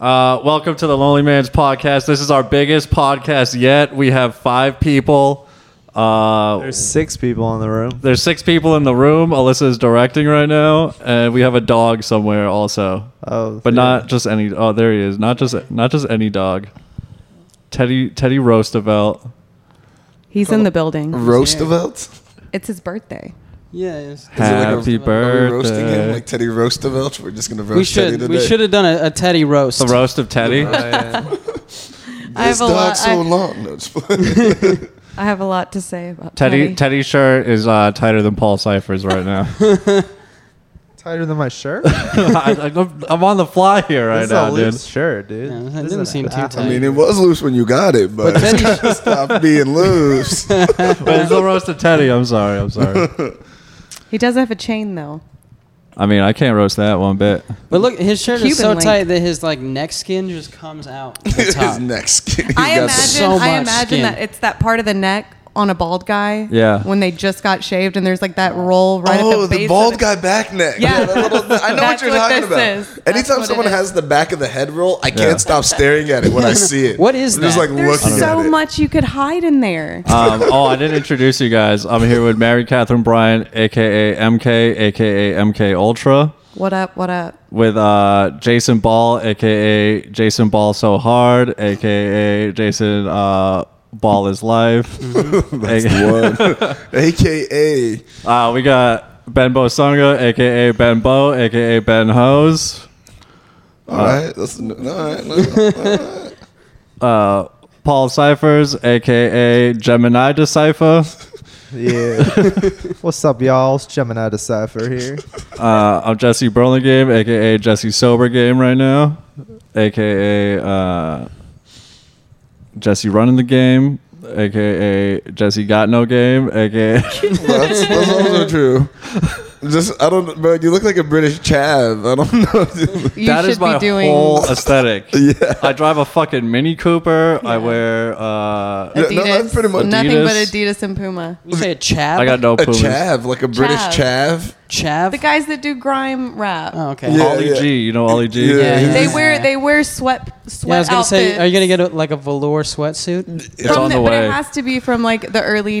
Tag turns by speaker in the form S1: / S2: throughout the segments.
S1: Uh, welcome to the Lonely Man's Podcast. This is our biggest podcast yet. We have five people. Uh,
S2: There's six people in the room.
S1: There's six people in the room. Alyssa is directing right now, and we have a dog somewhere also.
S2: Oh,
S1: but
S2: yeah.
S1: not just any. Oh, there he is. Not just not just any dog. Teddy Teddy Roosevelt.
S3: He's in the building.
S4: Mm. Roosevelt?
S3: It's his birthday.
S5: Yeah. it's-
S4: Is it like a-
S1: Happy
S4: Are we roasting
S1: birthday.
S4: him like Teddy Roosevelt? We're just gonna roast
S5: we
S4: Teddy
S5: should
S4: today.
S5: we should have done a, a Teddy roast.
S1: The roast of Teddy.
S3: I have
S4: This
S3: a lot.
S4: dog's so
S3: I,
S4: long. No, just play.
S3: I have a lot to say about
S1: Teddy
S3: Teddy.
S1: Teddy's shirt is uh, tighter than Paul Cipher's right now.
S2: Tighter than my shirt.
S1: I, I'm- I'm on the fly here right
S2: this is
S1: now,
S2: a
S1: dude.
S2: loose shirt, dude.
S5: Yeah, that
S2: This
S5: didn't
S2: is-
S5: seem too
S2: I-
S5: tight.
S4: I mean, it was loose when you got it, but,
S5: But Teddy-
S4: it stop being loose.
S1: Wait, it's the roast of Teddy. I'm sorry. I'm sorry.
S3: He does have a chain though.
S1: I mean, I can't roast that one bit.
S5: But look, his shirt
S3: Cuban
S5: is so
S3: link.
S5: tight that his like neck skin just comes out. The
S4: His
S5: top.
S4: neck skin. He
S3: I
S4: got
S3: imagine.
S4: some-
S5: so
S3: I
S5: much
S3: imagine
S5: skin.
S3: that it's that part of the neck on a bald guy.
S1: Yeah.
S3: When they just got shaved and there's like that roll right at
S4: oh,
S3: the base.
S4: the
S3: of
S4: bald
S3: it.
S4: guy back neck.
S3: Yeah.
S4: that little- I know what
S3: That's
S4: you're
S3: what
S4: talking
S3: this
S4: about.
S3: is. That's
S4: Anytime
S3: what it
S4: someone
S3: is.
S4: has the back of the head roll, I
S1: Yeah.
S4: can't stop staring at it when I see it.
S5: What is
S4: I'm Just
S5: that?
S4: like
S3: There's
S4: looking
S3: so
S4: at it.
S3: much you could hide in there.
S1: Um, oh, I didn't introduce you guys. I'm here with Mary Catherine Bryan, aka MK, aka MK Ultra,
S3: what up? What up?
S1: with uh, Jason Ball, aka Jason Ball So Hard, aka Jason uh, Ball is Life.
S4: One, AKA
S1: uh, we got Ben Bosunga, aka Ben Bo, aka Ben Hose.
S4: All right, that's all right. no,
S1: Uh, Paul Cyphers, aka Gemini Decipher.
S2: Yeah. What's up, y'all? It's Gemini Decipher here.
S1: Uh, I'm Jesse Burlingame, aka Jesse Sober Game right now, aka uh, Jesse Running the Game, aka Jesse Got No Game, aka
S4: that's, that's also true. Just I don't, bro. You look like a British chav. I don't know.
S3: You
S1: that
S3: should
S1: is my
S3: be doing.
S1: whole aesthetic.
S4: Yeah.
S1: I drive a fucking Mini Cooper. I wear uh,
S4: Yeah, no, that's
S3: Adidas,
S4: pretty much-
S3: nothing but
S1: Adidas.
S3: Adidas and Puma.
S5: You say a chav?
S1: I got no
S4: a
S1: pumas.
S4: chav, like a British chav.
S5: chav.
S3: The guys that do grime rap.
S5: oh, okay.
S4: Yeah.
S1: Ollie G, you know Ollie G.
S4: Yeah,
S5: Yeah.
S3: They
S5: Yeah.
S3: wear they wear sweat sweat
S5: Yeah, I was gonna
S3: outfits.
S5: say, are you gonna get a, like a velour sweatsuit?
S1: It's on the
S3: But
S1: way.
S3: it has to be from like the early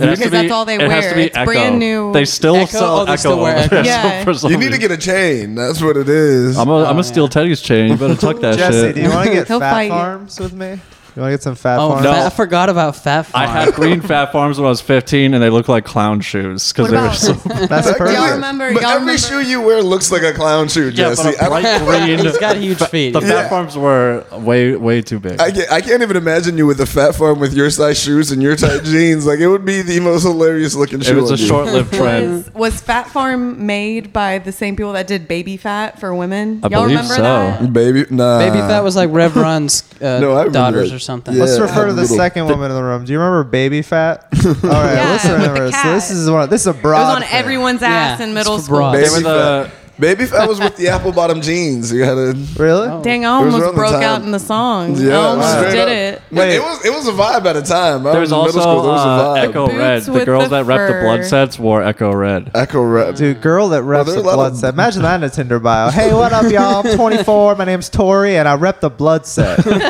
S1: It has
S3: because
S1: to be-
S3: that's all they
S1: it
S3: wear.
S1: has to be
S3: it's
S1: Echo.
S3: brand new.
S1: They still
S5: Echo?
S1: sell
S5: Oh, they
S1: Echo.
S5: still wear
S1: over
S5: Echo.
S1: there,
S3: Yeah.
S1: for some
S4: You need to
S1: reason.
S4: get a chain. That's what it is.
S1: I'm gonna I'm
S5: Oh,
S1: gonna steal
S5: yeah.
S1: Teddy's chain. You better tuck that
S2: Jesse,
S1: shit.
S2: do you want to get
S3: He'll fight
S2: fat
S3: you.
S2: farms with me? You want to get some fat
S5: Oh,
S2: farms?
S1: No.
S5: fat, I forgot about fat farm.
S1: I had green fat farms when I was 15, and they looked like clown shoes because
S3: What
S1: they were
S3: about-
S1: so.
S2: That's
S4: Exactly.
S2: perfect.
S3: Y'all remember-
S4: But
S3: y'all
S4: every
S3: remember-
S4: shoe you wear looks like a clown shoe, Jesse. I, don't-
S1: green.
S5: He's got huge feet.
S1: The fat
S4: Yeah.
S1: farms were way way too big.
S4: I can't, I can't even imagine you with a fat farm with your size shoes and your tight jeans. Like it would be the most hilarious looking shoe.
S1: it was
S4: on
S1: a
S4: you.
S1: short-lived trend.
S3: was, was Fat Farm made by the same people that did Baby Fat for women?
S1: I
S3: Y'all
S1: believe
S3: remember
S1: so.
S3: that?
S4: baby. Nah.
S5: Maybe that was like Rev Run's uh,
S4: No, I remember
S5: daughters
S4: that.
S5: or something.
S4: Yeah.
S2: Let's refer to
S4: a
S2: the
S4: little-
S2: second woman in the room. Do you remember Baby Fat? All right,
S3: Yeah,
S2: let's
S3: with the
S2: remember. So this
S3: cat.
S2: is one. This is a
S3: It
S2: broad.
S3: was on
S2: thing.
S3: everyone's ass in middle
S5: it's
S3: school.
S5: broad.
S1: They
S4: Baby,
S1: were the-
S4: fat. baby fat was with the apple bottom jeans. You had a.
S2: Really?
S3: Dang, I
S4: It was
S3: almost
S4: around the
S3: broke
S4: time-
S3: out in the song.
S4: Yeah,
S3: I almost
S4: Oh, straight
S3: did
S4: up.
S3: it.
S4: Wait,
S2: Wait.
S4: it was it was a vibe at a time. I
S1: There
S4: was
S1: was
S4: Oh, in
S1: also
S4: middle school. There was
S1: uh,
S4: a vibe.
S1: Echo
S3: Boots
S1: Red. The
S3: with
S1: girls
S3: the
S1: that repped the blood
S3: fur.
S1: sets wore Echo Red.
S4: Echo rap.
S5: Mm.
S2: Dude, girl that reps
S4: there
S2: the
S4: are a lot
S2: blood
S4: of-
S2: set. Imagine that in a Tinder bio. Hey, what up, y'all? I'm 24. My name's Tori, and I rep the blood set.
S4: And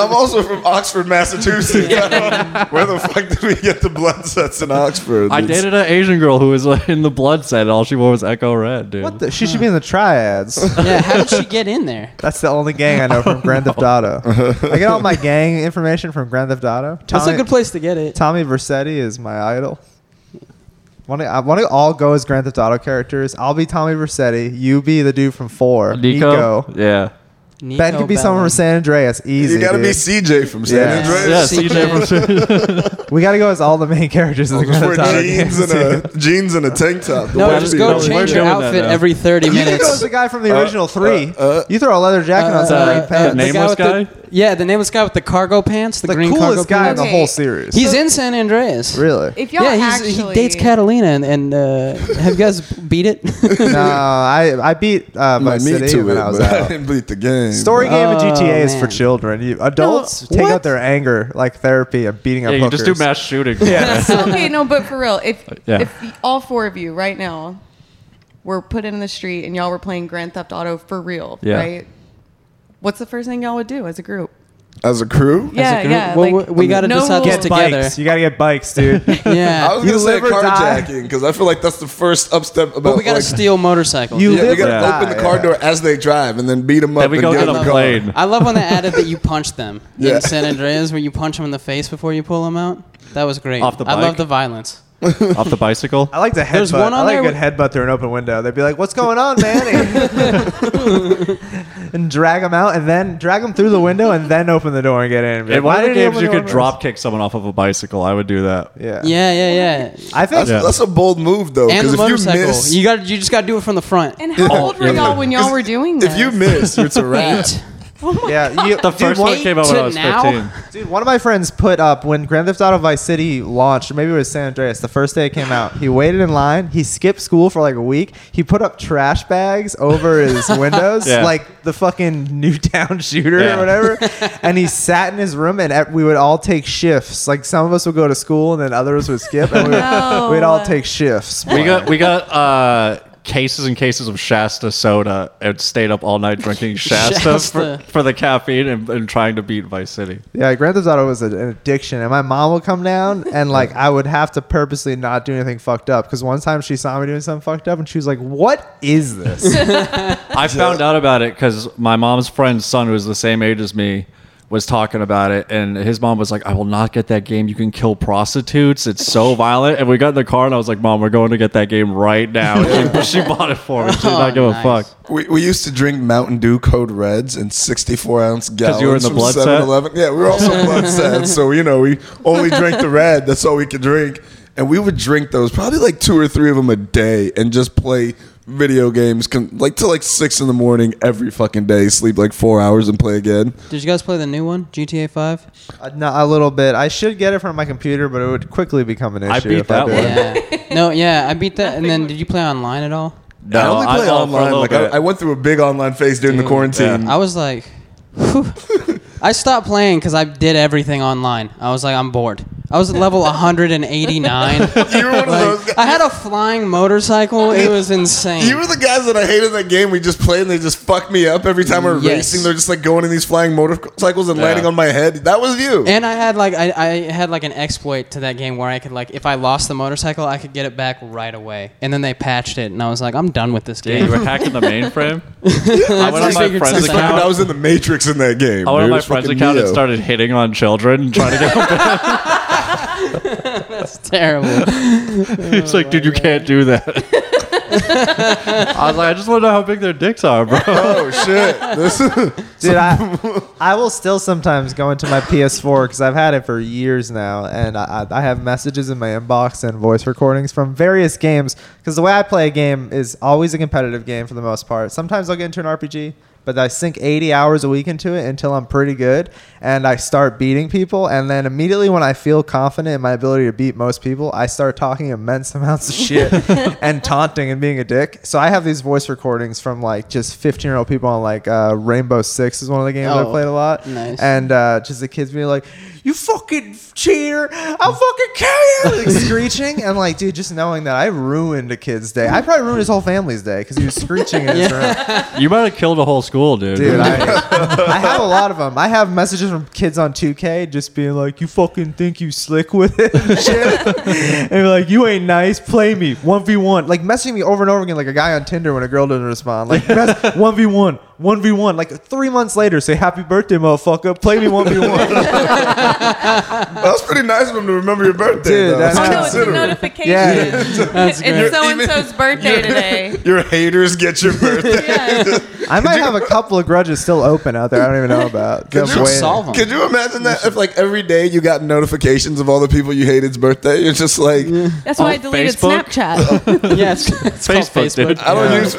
S4: I'm also from Oxford, Massachusetts. I don't know Where the fuck did we get the blood sets in Oxford?
S1: I dated an Asian girl who was like, in the blood set, and all she wore was Echo Red, dude.
S2: What the? She should be in the triads.
S5: Yeah, how did she get in there?
S2: That's the only gang I know from Grand Theft Auto. I get all my gang information from Grand Theft Auto. Tommy,
S5: That's a good place to get it.
S2: Tommy Versetti is my idol. Want to, I want to all go as Grand Theft Auto characters. I'll be Tommy Versetti. You be the dude from Four.
S1: Nico? Yeah.
S2: Ben could be someone from San Andreas. Easy.
S4: You gotta be
S2: dude.
S4: CJ from San
S2: Yeah.
S4: Andreas.
S1: Yeah,
S5: See,
S1: CJ from
S2: We gotta go as all the main characters in the
S4: Just
S2: Grand
S4: wear
S2: Theft Auto
S4: jeans
S2: games.
S4: and a jeans and a tank top. The
S5: No,
S4: white
S5: just
S4: people.
S5: go
S1: We're
S5: change
S1: doing
S5: your
S1: that
S5: outfit
S1: now.
S5: every 30
S2: You could go as
S5: minutes.
S2: the guy from the original three.
S4: uh, uh.
S2: you throw a leather jacket on some
S5: Uh,
S2: green
S5: uh,
S2: pants.
S1: the nameless
S5: with the-
S1: guy?
S5: yeah, the nameless guy with the cargo pants, the,
S2: the
S5: green cargo
S2: coolest guy in
S5: pants.
S2: the
S3: Okay.
S2: whole series.
S5: He's in San Andreas.
S2: really.
S3: If y'all
S5: Yeah, he's,
S3: actually
S5: he dates Catalina, and, and uh, have you guys beat it?
S2: no, I I beat uh,
S4: My
S2: Vice
S4: meat
S2: City
S4: to
S2: when
S4: it,
S2: I was
S4: but I
S2: out.
S4: didn't beat the game.
S2: Story game and
S5: Oh,
S2: GTA is for
S5: man.
S2: children. You adults
S5: No,
S2: take
S5: what?
S2: out their anger like therapy and beating up
S1: Yeah, you
S2: hookers.
S1: just do mass shooting.
S3: okay, no, but for real, if
S1: Yeah.
S3: if the- all four of you right now were put in the street and y'all were playing Grand Theft Auto for real,
S1: Yeah.
S3: right? What's the first thing y'all would do as a group?
S4: As a crew,
S3: Yeah,
S5: group?
S3: yeah.
S5: Well,
S3: like,
S5: we- we gotta decide
S3: rules.
S5: Get this together.
S2: bikes. You gotta get bikes, dude.
S5: yeah.
S4: I was
S2: You
S4: gonna say
S2: live or die.
S4: carjacking because I feel like that's the first upstep about.
S5: but we gotta
S4: like,
S5: steal motorcycles.
S2: You-
S4: Yeah, we
S2: live
S4: gotta
S1: or die,
S4: open the car
S2: yeah.
S4: door as they drive and then beat them up.
S1: Then we
S4: and
S1: go
S4: get
S1: get
S4: in
S1: a
S4: the car.
S1: plane.
S5: I love when they added that you punch them
S4: Yeah.
S5: in San Andreas, where you punch them in the face before you pull them out. That was great.
S1: Off the
S5: I love
S1: bike?
S5: the violence.
S1: off the bicycle.
S2: I like to headbutt.
S5: There's one
S2: I
S5: on
S2: like a
S5: there
S2: good headbutt through an open window. They'd be like, "What's going on, man?" and drag them out, and then drag them through the window, and then open the door and get in. And be
S1: In
S2: like, "Why
S1: one of the
S2: didn't
S1: games,
S2: open
S1: you
S2: the
S1: could
S2: door
S1: drop kick someone off of a bicycle. I would do that.
S2: first?" Yeah.
S5: Yeah, yeah, yeah.
S2: I
S4: That's,
S2: think
S4: that's a bold move though,
S5: And
S4: because
S5: the
S4: if you
S5: motorcycle. You,
S4: miss,
S5: got you just gotta do it from the front.
S3: And how old were y'all when y'all were doing this?
S4: if you miss, it's a wrap.
S5: Eight.
S1: Oh
S2: yeah. You,
S1: The
S2: dude,
S1: first
S2: one,
S1: one came out when
S5: to
S1: I was
S5: now?
S1: 15.
S2: Dude, one of my friends put up when Grand Theft Auto Vice City launched, or maybe it was San Andreas, the first day it came out. He waited in line. He skipped school for like a week. He put up trash bags over his windows,
S1: Yeah.
S2: like the fucking Newtown shooter
S1: Yeah.
S2: or whatever. and he sat in his room, and ev- we would all take shifts. Like some of us would go to school, and then others would skip, and we would,
S3: No.
S2: we'd all take shifts.
S1: We got we got uh, cases and cases of Shasta soda and stayed up all night drinking Shasta,
S5: Shasta.
S1: For, for the caffeine and, and trying to beat Vice City.
S2: Yeah, Grand Theft Auto was a- an addiction, and my mom would come down, and like I would have to purposely not do anything fucked up. Because one time she saw me doing something fucked up, and she was like, "What is this?"
S1: I found out about it because my mom's friend's son, who was the same age as me, was talking about it, and his mom was like, "I will not get that game. You can kill prostitutes. It's so violent." And we got in the car, and I was like, "Mom, we're going to get that game right now." And she, she bought it for me. She did not give
S5: Oh,
S1: a
S5: nice.
S1: fuck.
S4: We, we used to drink Mountain Dew Code Reds and 64 ounce gallons
S1: you were in the
S4: from
S1: blood set?
S4: 7-Eleven. Yeah, we were also blood sets, so you know we only drank the red. That's all we could drink, and we would drink those probably like two or three of them a day, and just play video games con- like till like six in the morning every fucking day. Sleep like four hours and play again.
S5: Did you guys play the new one, GTA Five?
S2: Uh, Not a little bit. I should get it from my computer, but it would quickly become an issue.
S1: I beat
S2: if
S1: that
S2: I did.
S1: one.
S5: Yeah. no, yeah, I beat that. And then did you play online at all?
S1: No,
S4: I only play
S1: I love for a
S4: online.
S1: little
S4: Like I,
S1: bit.
S4: I went through a big online phase during the
S5: Dude,
S4: quarantine.
S5: I was like, whew. I stopped playing because I did everything online. I was like, I'm bored. I was at level 189.
S4: You were one of those guys.
S5: I had a flying motorcycle. It was insane.
S4: You were the guys that I hated in that game. We just played and they just fucked me up every time we're
S5: Yes.
S4: racing. They're just like going in these flying motorcycles and landing on my head. That was you.
S5: and I had like I, I had like an exploit to that game where I could like if I lost the motorcycle I could get it back right away and then they patched it and I was like I'm done with this
S1: Yeah, you
S5: game.
S1: were hacking the mainframe. I went on
S5: like
S1: my friend's
S5: figured something
S4: Fucking-
S5: out.
S1: account.
S4: I was in the Matrix in that game.
S1: I went on
S4: dude.
S1: my
S4: It's
S1: friend's
S4: fucking
S1: account and
S4: Neo.
S1: started hitting on children, and trying to get them.
S5: It's terrible.
S1: It's like,
S2: Oh
S1: dude, you can't do that. I was like, I just want to know how big their dicks are, bro.
S4: Oh shit! This is
S2: Dude, I, I will still sometimes go into my PS4 because I've had it for years now, and I, I I have messages in my inbox and voice recordings from various games. Because the way I play a game is always a competitive game for the most part. Sometimes I'll get into an RPG, but I sink 80 hours a week into it until I'm pretty good, and I start beating people. And then immediately when I feel confident in my ability to beat most people, I start talking immense amounts of shit and taunting and being a dick. So I have these voice recordings from like just 15 year old people on like uh, Rainbow Six is one of the games I
S5: Oh,
S2: played a lot.
S5: nice.
S2: And uh, just the kids being like, "You fucking cheater! I'll fucking kill you!" Like screeching and like, dude, just knowing that I ruined a kid's day. I probably ruined his whole family's day because he was screeching in his room.
S1: You might have killed a whole school, dude.
S2: Dude, I, I have a lot of them. I have messages from kids on 2K just being like, "You fucking think you slick with it?" and shit. and like, "You ain't nice. Play me one v one." Like messaging me over and over again, like a guy on Tinder when a girl doesn't respond. Like one v one, one v one. Like three months later, say "Happy birthday, motherfucker." Play me one v one.
S4: that was pretty nice of him to remember your birthday.
S2: Dude,
S4: though.
S2: that's-
S3: Oh,
S4: It's
S3: no, it's a
S4: considerate.
S3: notification.
S2: Yeah.
S5: great.
S3: it's so and so's birthday today.
S4: Your haters get your birthday.
S3: Yeah.
S2: I might have a couple of grudges still open out there. I don't even know about.
S4: Could
S2: Just
S4: you
S2: waiting.
S5: solve 'em?
S4: Could you imagine that if like every day you got notifications of all the people you hated's birthday? You're just like,
S3: That's why
S1: On
S3: I deleted
S1: Facebook?
S3: Snapchat.
S5: yeah, it's, it's called
S1: Facebook,
S5: Facebook.
S1: dude.
S4: I don't use,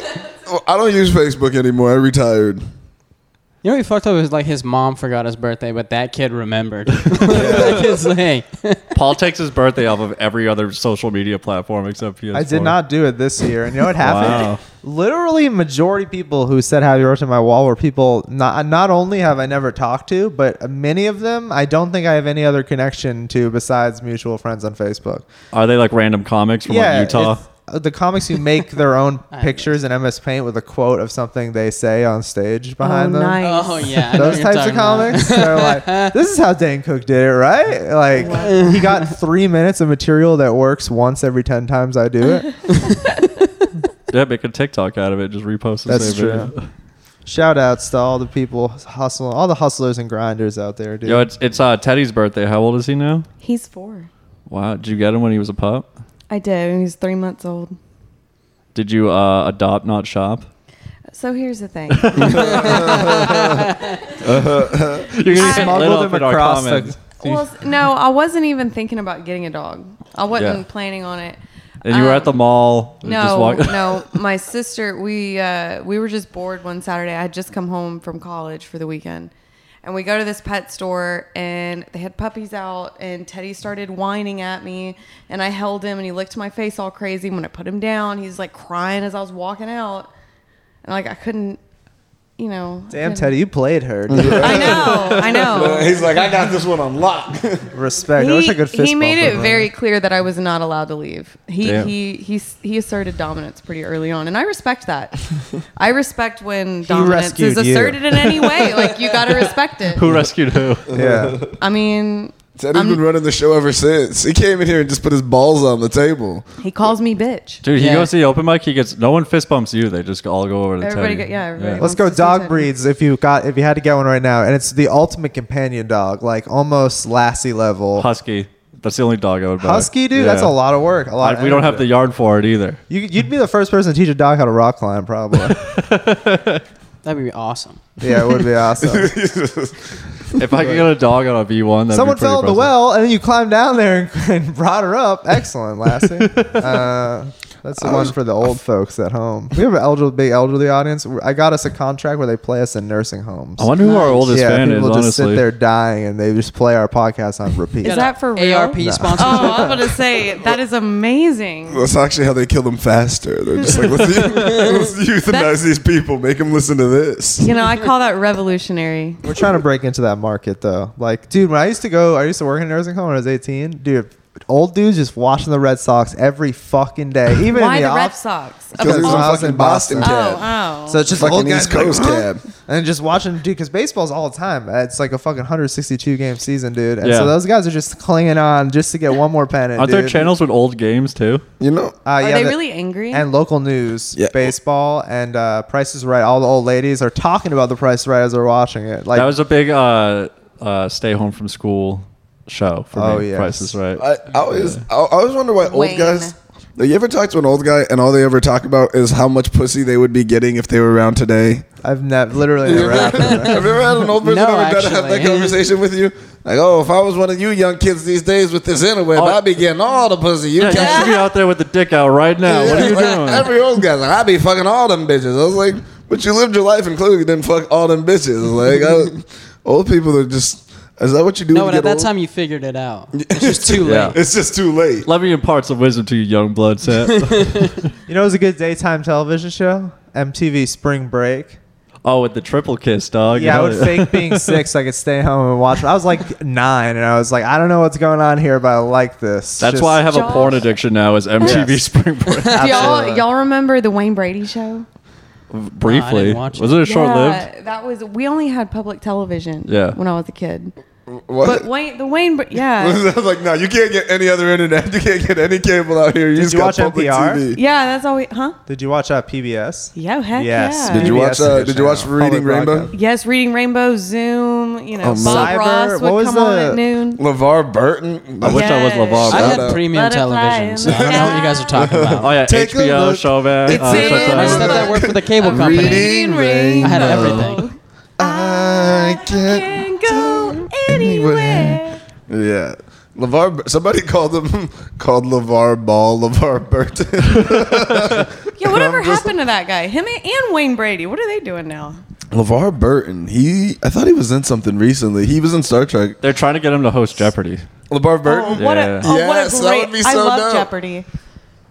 S4: I don't use Facebook anymore. I retired.
S5: You know what he fucked up was like his mom forgot his birthday, but that kid remembered. that kid's like, hey,
S1: Paul takes his birthday off of every other social media platform except PS4.
S2: I did not do it this year, and you know what happened?
S1: Wow.
S2: Literally, majority of people who said "Happy Birthday" on my wall were people. Not not only have I never talked to, but many of them I don't think I have any other connection to besides mutual friends on Facebook.
S1: Are they like random comics from like, Utah?
S2: it's- uh, the comics who make their own
S5: I
S2: pictures in MS Paint with a quote of something they say on stage behind
S3: oh,
S2: them.
S3: nice.
S5: Oh yeah, I know
S2: Those
S5: what you're
S2: types of
S5: talking
S2: comics,
S5: about.
S2: they're like, this is how Dan Cook did it, right? Like,
S3: Wow.
S2: he got three minutes of material that works once every ten times I do it.
S1: Yeah, make a TikTok out of it. Just repost the
S2: That's
S1: same video.
S2: true. Shout outs to all the people hustling, all the hustlers and grinders out there, dude.
S1: Yo, it's it's uh, Teddy's birthday. How old is he now?
S3: He's four.
S1: Wow, did you get him when he was a pup?
S3: I did. and He's three months old.
S1: Did you uh, adopt, not shop?
S3: So here's the thing.
S1: You're gonna get lit up in our comments.
S3: well, s- no, I wasn't even thinking about getting a dog. I wasn't
S1: Yeah.
S3: planning on it.
S1: And you were at the
S3: Um,
S1: mall. you just
S3: No,
S1: walk-
S3: no. My sister, we uh, we were just bored one Saturday. I had just come home from college for the weekend, and we go to this pet store, and they had puppies out. And Teddy started whining at me, and I held him, and he licked my face all crazy. And when I put him down, he's like crying as I was walking out, and like I couldn't, you know. I
S2: Damn,
S3: couldn't-
S2: Teddy, you played her. Dude.
S3: I know, I know.
S4: He's like, I got this one on lock.
S2: Respect. I wish I could fist
S3: he made
S2: bump
S3: it
S2: him.
S3: very clear that I was not allowed to leave. He
S1: Damn.
S3: he he s- he asserted dominance pretty early on, and I respect that. I respect when dominance is
S2: rescued you.
S3: asserted in any way. Like you got to respect it.
S1: Who rescued who?
S2: Yeah.
S3: I mean,
S4: Teddy's
S3: I'm-
S4: been running the show ever since. He came in here and just put his balls on the table.
S3: he calls me bitch.
S1: Dude, he
S5: Yeah.
S1: goes to the open mic. He gets no one fist bumps you. They just all go over to
S3: Everybody
S1: Teddy.
S3: go- yeah, everybody
S2: Let's
S3: wants
S2: go
S3: to see
S2: dog
S3: Teddy.
S2: breeds if you got if you had to get one right now, and it's the ultimate companion dog, like almost lassie level.
S1: Husky. That's the only dog I would buy.
S2: Husky, dude, that's a
S1: Yeah.
S2: lot of work. A lot.
S1: I-
S2: of
S1: we don't have the
S2: energy.
S1: yard for it either.
S2: You, you'd be the first person to teach a dog how to rock climb, probably.
S5: That'd be awesome.
S2: yeah, it would be awesome.
S1: If I could get a dog on a V1, that'd
S2: eh? Someone
S1: be pretty
S2: fell in the
S1: impressive.
S2: well, and then you climbed down there and, and brought her up. Excellent, Lassie. Uh, that's the one for the old folks at home. We have an elderly, big elderly audience. I got us a contract where they play us in nursing homes.
S1: I wonder who our oldest
S2: yeah,
S1: fan is,
S2: people just
S1: honestly.
S2: sit there dying, and they just play our podcast on repeat.
S3: Is that for real?
S5: ARP
S3: No.
S5: sponsor?
S3: Oh, I was going to say that is amazing.
S4: That's actually how they kill them faster. They're just like, let's, let's euthanize these people, make them listen to this.
S3: You know, I call that revolutionary.
S2: We're trying to break into that market though. Like, dude, when I used to go, I used to work in a nursing home when I was 18. Dude, old dudes just watching the Red Sox every fucking day. Even
S3: Why
S2: in
S3: the
S2: the,
S3: Red
S2: office.
S3: Sox?
S4: Because
S3: Of
S4: it was
S2: I
S4: a
S3: all-
S2: was
S4: fucking
S2: in Boston.
S4: Boston cab.
S3: Oh, oh.
S2: So it's just
S4: Fucking
S2: old guys
S4: East Coast
S2: like,
S4: cab.
S2: and just watching, dude, because baseball's all the time. It's like a fucking 162 game season, dude. And
S1: Yeah.
S2: so those guys are just clinging on just to get one more pennant.
S1: Aren't there
S2: dude.
S1: channels with old games too?
S4: You know?
S2: Uh,
S3: Are
S2: yeah,
S3: they
S2: the-
S3: really angry?
S2: and local news,
S4: Yeah.
S2: baseball, and uh, Price is Right. All the old ladies are talking about the Price is Right as they're watching it. Like
S1: That was a big uh, uh, stay home from school show for
S2: Oh,
S1: me.
S2: yes.
S1: Price is right.
S4: I, I always I, I always wonder why
S3: Wayne.
S4: old guys. You ever talk to an old guy and all they ever talk about is how much pussy they would be getting if they were around today?
S2: I've never literally never happened.
S4: Have you ever had an old person
S5: No,
S4: ever got to have that
S5: actually.
S4: conversation with you? Like, oh, if I was one of you young kids these days with this interweb,
S1: Oh.
S4: I'd be getting all the pussy you
S1: yeah,
S4: got.
S1: you should be out there with the dick out right now. What are you
S4: Like,
S1: doing?
S4: Every old guy's like, I be fucking all them bitches. I was like, but you lived your life and clearly didn't fuck all them bitches. Like, I, old people are just, is that what you do?
S5: No,
S4: when
S5: but
S4: you
S5: at
S4: get
S5: that
S4: old?
S5: time you figured it out. It's just too late.
S1: Yeah.
S4: it's just too late.
S1: Let me impart some wisdom to you, young blood set.
S2: You know, it was a good daytime television show. MTV Spring Break.
S1: oh, with the triple kiss, dog.
S2: Yeah, I would
S1: Hell
S2: fake being sick so I could stay home and watch. I was like nine, and I was like, I don't know what's going on here, but I like this.
S1: That's
S2: Just-
S1: why I have a
S3: Josh.
S1: porn addiction now. Is MTV
S2: Yes.
S1: Spring Break?
S3: Do y'all,
S2: Absolutely.
S3: y'all remember the Wayne Brady show?
S1: Briefly,
S5: watch it.
S1: was it a short lived?
S3: That was we only had public television.
S1: Yeah.
S3: When I was a kid.
S4: What?
S3: But Wayne, the Wayne, Br- yeah,
S4: I was like, no, you can't get any other internet. You can't get any cable out here. You just
S2: you
S4: got
S2: watch
S4: public
S2: NPR?
S4: TV.
S3: yeah, that's all we, huh?
S2: Did you watch uh, PBS?
S3: Yeah, heck
S2: Yes.
S3: yeah.
S4: Did you
S2: PBS
S4: watch? Uh,
S2: Channel,
S4: did you watch
S2: public
S4: Reading Rainbow?
S2: broadcast.
S3: yes, reading Rainbow, Zoom. You know,
S4: Oh, man.
S3: Bob
S2: Cyber,
S3: Ross
S2: what
S3: would
S2: was
S3: come on
S2: the-
S3: at noon.
S4: LeVar Burton.
S1: I wish I was
S3: Yes.
S1: LeVar. Burton.
S5: I had
S4: Shout out.
S5: premium
S3: Let it fly
S5: television,
S3: in
S5: so I
S3: the
S5: don't know what you guys are talking about.
S1: Oh yeah,
S4: Take a
S1: HBO
S4: look.
S1: show man.
S4: It's
S1: Oh,
S4: in
S1: shut
S5: I just
S1: that
S5: thought
S1: down.
S5: that worked for the cable
S4: Reading
S5: company.
S4: Rainbow.
S5: I had everything.
S4: I can't.
S3: Can go anywhere.
S4: Yeah. LeVar, Bur- somebody called him, called LeVar Ball, LeVar Burton.
S3: Yeah, whatever happened to that guy? Him and Wayne Brady. What are they doing now?
S4: LeVar Burton, he, I thought he was in something recently. He was in Star Trek.
S1: They're trying to get him to host Jeopardy.
S4: LeVar
S3: Oh,
S4: Burton?
S3: what
S1: Yeah.
S3: a oh, what
S4: Yes,
S3: a
S4: that
S3: great!
S4: would be
S3: I
S4: so
S3: love
S4: dope.
S3: Jeopardy.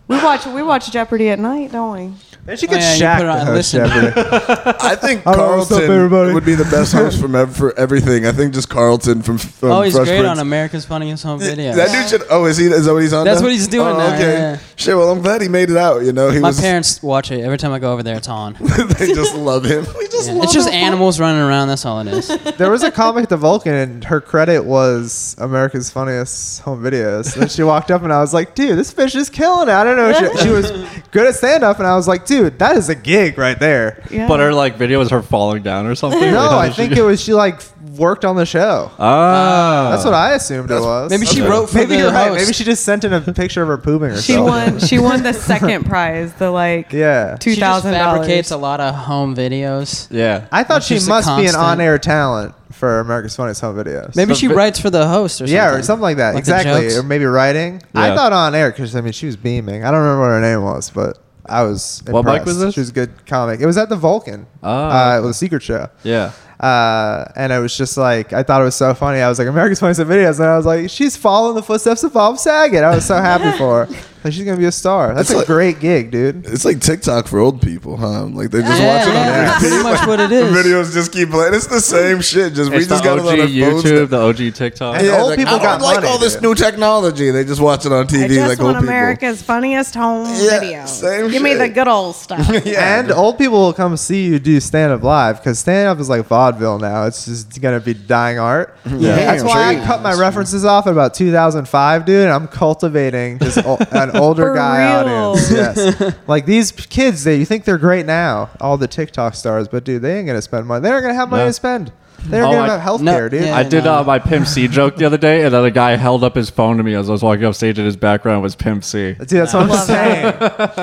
S3: We watch we watch Jeopardy at night, don't we?
S2: Then she
S5: Oh,
S2: could
S5: yeah, you
S2: shack
S5: put it on
S2: the
S5: and
S2: host
S5: listen.
S2: Jeopardy.
S4: I think
S2: Hello, what's up,
S4: Carlton
S2: everybody?
S4: would be the best host from ev- for everything. I think just Carlton from, from
S5: oh, he's
S4: Fresh
S5: great
S4: Prince.
S5: on America's Funniest Home Video.
S4: That dude should. Oh, is he? Is that what he's on?
S5: That's
S4: now?
S5: what he's doing
S4: Oh,
S5: now,
S4: Okay.
S5: yeah.
S4: Shit. Well, I'm glad he made it out. You know, he
S5: My
S4: was.
S5: parents watch it every time I go over there. It's on.
S4: they just love him. We just
S5: Yeah. It's just animals running around. That's all it is.
S2: There was a comic, The Vulcan, and her credit was America's Funniest Home Videos. And then she walked up, and I was like, dude, this bitch is killing it. I don't know. She, she was good at stand up, and I was like, dude, that is a gig right there.
S3: Yeah.
S1: But her like video is her falling down or something. Or
S2: No,
S1: how
S2: I
S1: did
S2: think
S1: she-
S2: it was she like worked on the show.
S1: Ah,
S2: That's what I assumed it was.
S5: Maybe she
S4: Okay.
S5: wrote for
S2: Maybe
S5: the
S2: you're right.
S5: host.
S2: Maybe she just sent in a picture of her pooping herself.
S3: she won she won the second prize, the like
S2: Yeah.
S3: two
S5: She just
S3: thousand
S5: fabricates
S3: dollars.
S5: a lot of home videos.
S1: Yeah.
S2: I thought
S5: It's
S2: she
S5: just a
S2: must be an
S5: constant.
S2: on-air talent for America's Funniest Home Videos.
S5: Maybe
S1: So
S5: she
S1: vi-
S5: writes for the host or something.
S2: Yeah, or something like that.
S5: Like the
S2: exactly.
S5: jokes.
S2: Or maybe writing. I
S1: Yeah.
S2: thought on air because I mean she was beaming. I don't remember what her name was, but I was impressed.
S1: What mic was this?
S2: She was a good comic. It was at the Vulcan.
S1: Oh.
S2: uh, it was a secret show.
S1: yeah.
S2: Uh, and it was just like I thought it was so funny. I was like America's Funniest Home Videos, and I was like she's following the footsteps of Bob Saget. I was so happy for her. Like she's gonna be a star. That's
S4: It's
S2: a
S4: like-
S2: great gig, dude.
S4: It's like TikTok for old people, huh? Like they just
S5: Yeah,
S4: watch it on
S5: yeah, that's
S4: repeat.
S5: pretty much what it
S4: The
S5: is.
S4: videos just keep playing. It's the same shit. Just we
S1: It's the
S4: just got it
S1: OG
S4: on our phones.
S1: YouTube, the OG TikTok.
S2: And
S4: Yeah,
S2: old
S4: like,
S2: people
S4: I don't
S2: got
S4: like
S2: money,
S4: all this
S2: dude.
S4: new technology. They just watch it on TV
S3: I just
S4: like
S3: want
S4: old people.
S3: America's funniest home
S4: Yeah,
S3: videos.
S4: same
S3: Give me
S4: shit.
S3: the good old stuff.
S4: Yeah.
S2: And old people will come see you do stand up live because stand up is like vaudeville now. It's just gonna be dying art. That's
S4: I'm
S2: why
S4: sure.
S2: I cut my references off at about 2005, dude. And I'm cultivating just o- an older
S3: For
S2: guy
S3: real.
S2: audience. Yes. like these kids, they you think they're great now, all the TikTok stars, but dude, they ain't gonna spend money. They aren't gonna have money
S1: No.
S2: to spend. They're
S1: Oh,
S2: gonna
S1: I-
S2: have health
S5: no,
S2: care, dude.
S5: yeah.
S1: I did uh, my Pimp C joke the other day, and then a guy held up his phone to me as I was walking up stage, and his background was Pimp C.
S2: Dude, that's what I'm
S3: Love
S2: saying.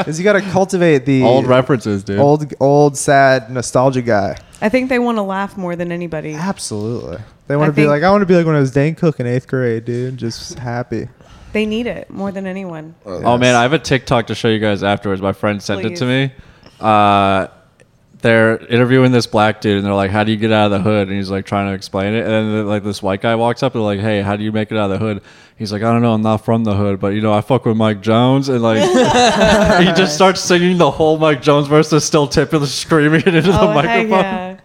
S2: is you gotta cultivate the
S1: Old references, dude.
S2: old, old, sad nostalgia guy.
S3: I think they want to laugh more than anybody.
S2: Absolutely. They want to be
S3: think-
S2: like, I want to be like when I was Dane Cook in eighth grade, dude. Just happy.
S3: They need it more than anyone.
S1: Oh man, I have a TikTok to show you guys afterwards. My friend sent it to me. Uh, they're interviewing this black dude, and they're like, "How do you get out of the hood?" And he's like trying to explain it. And then like this white guy walks up, and they're like, "Hey, how do you make it out of the hood?" He's like, "I don't know. I'm not from the hood, but you know, I fuck with Mike Jones." And like, he just starts singing the whole Mike Jones verse, and still tipping, screaming it into the
S3: oh heck
S1: microphone.
S3: yeah!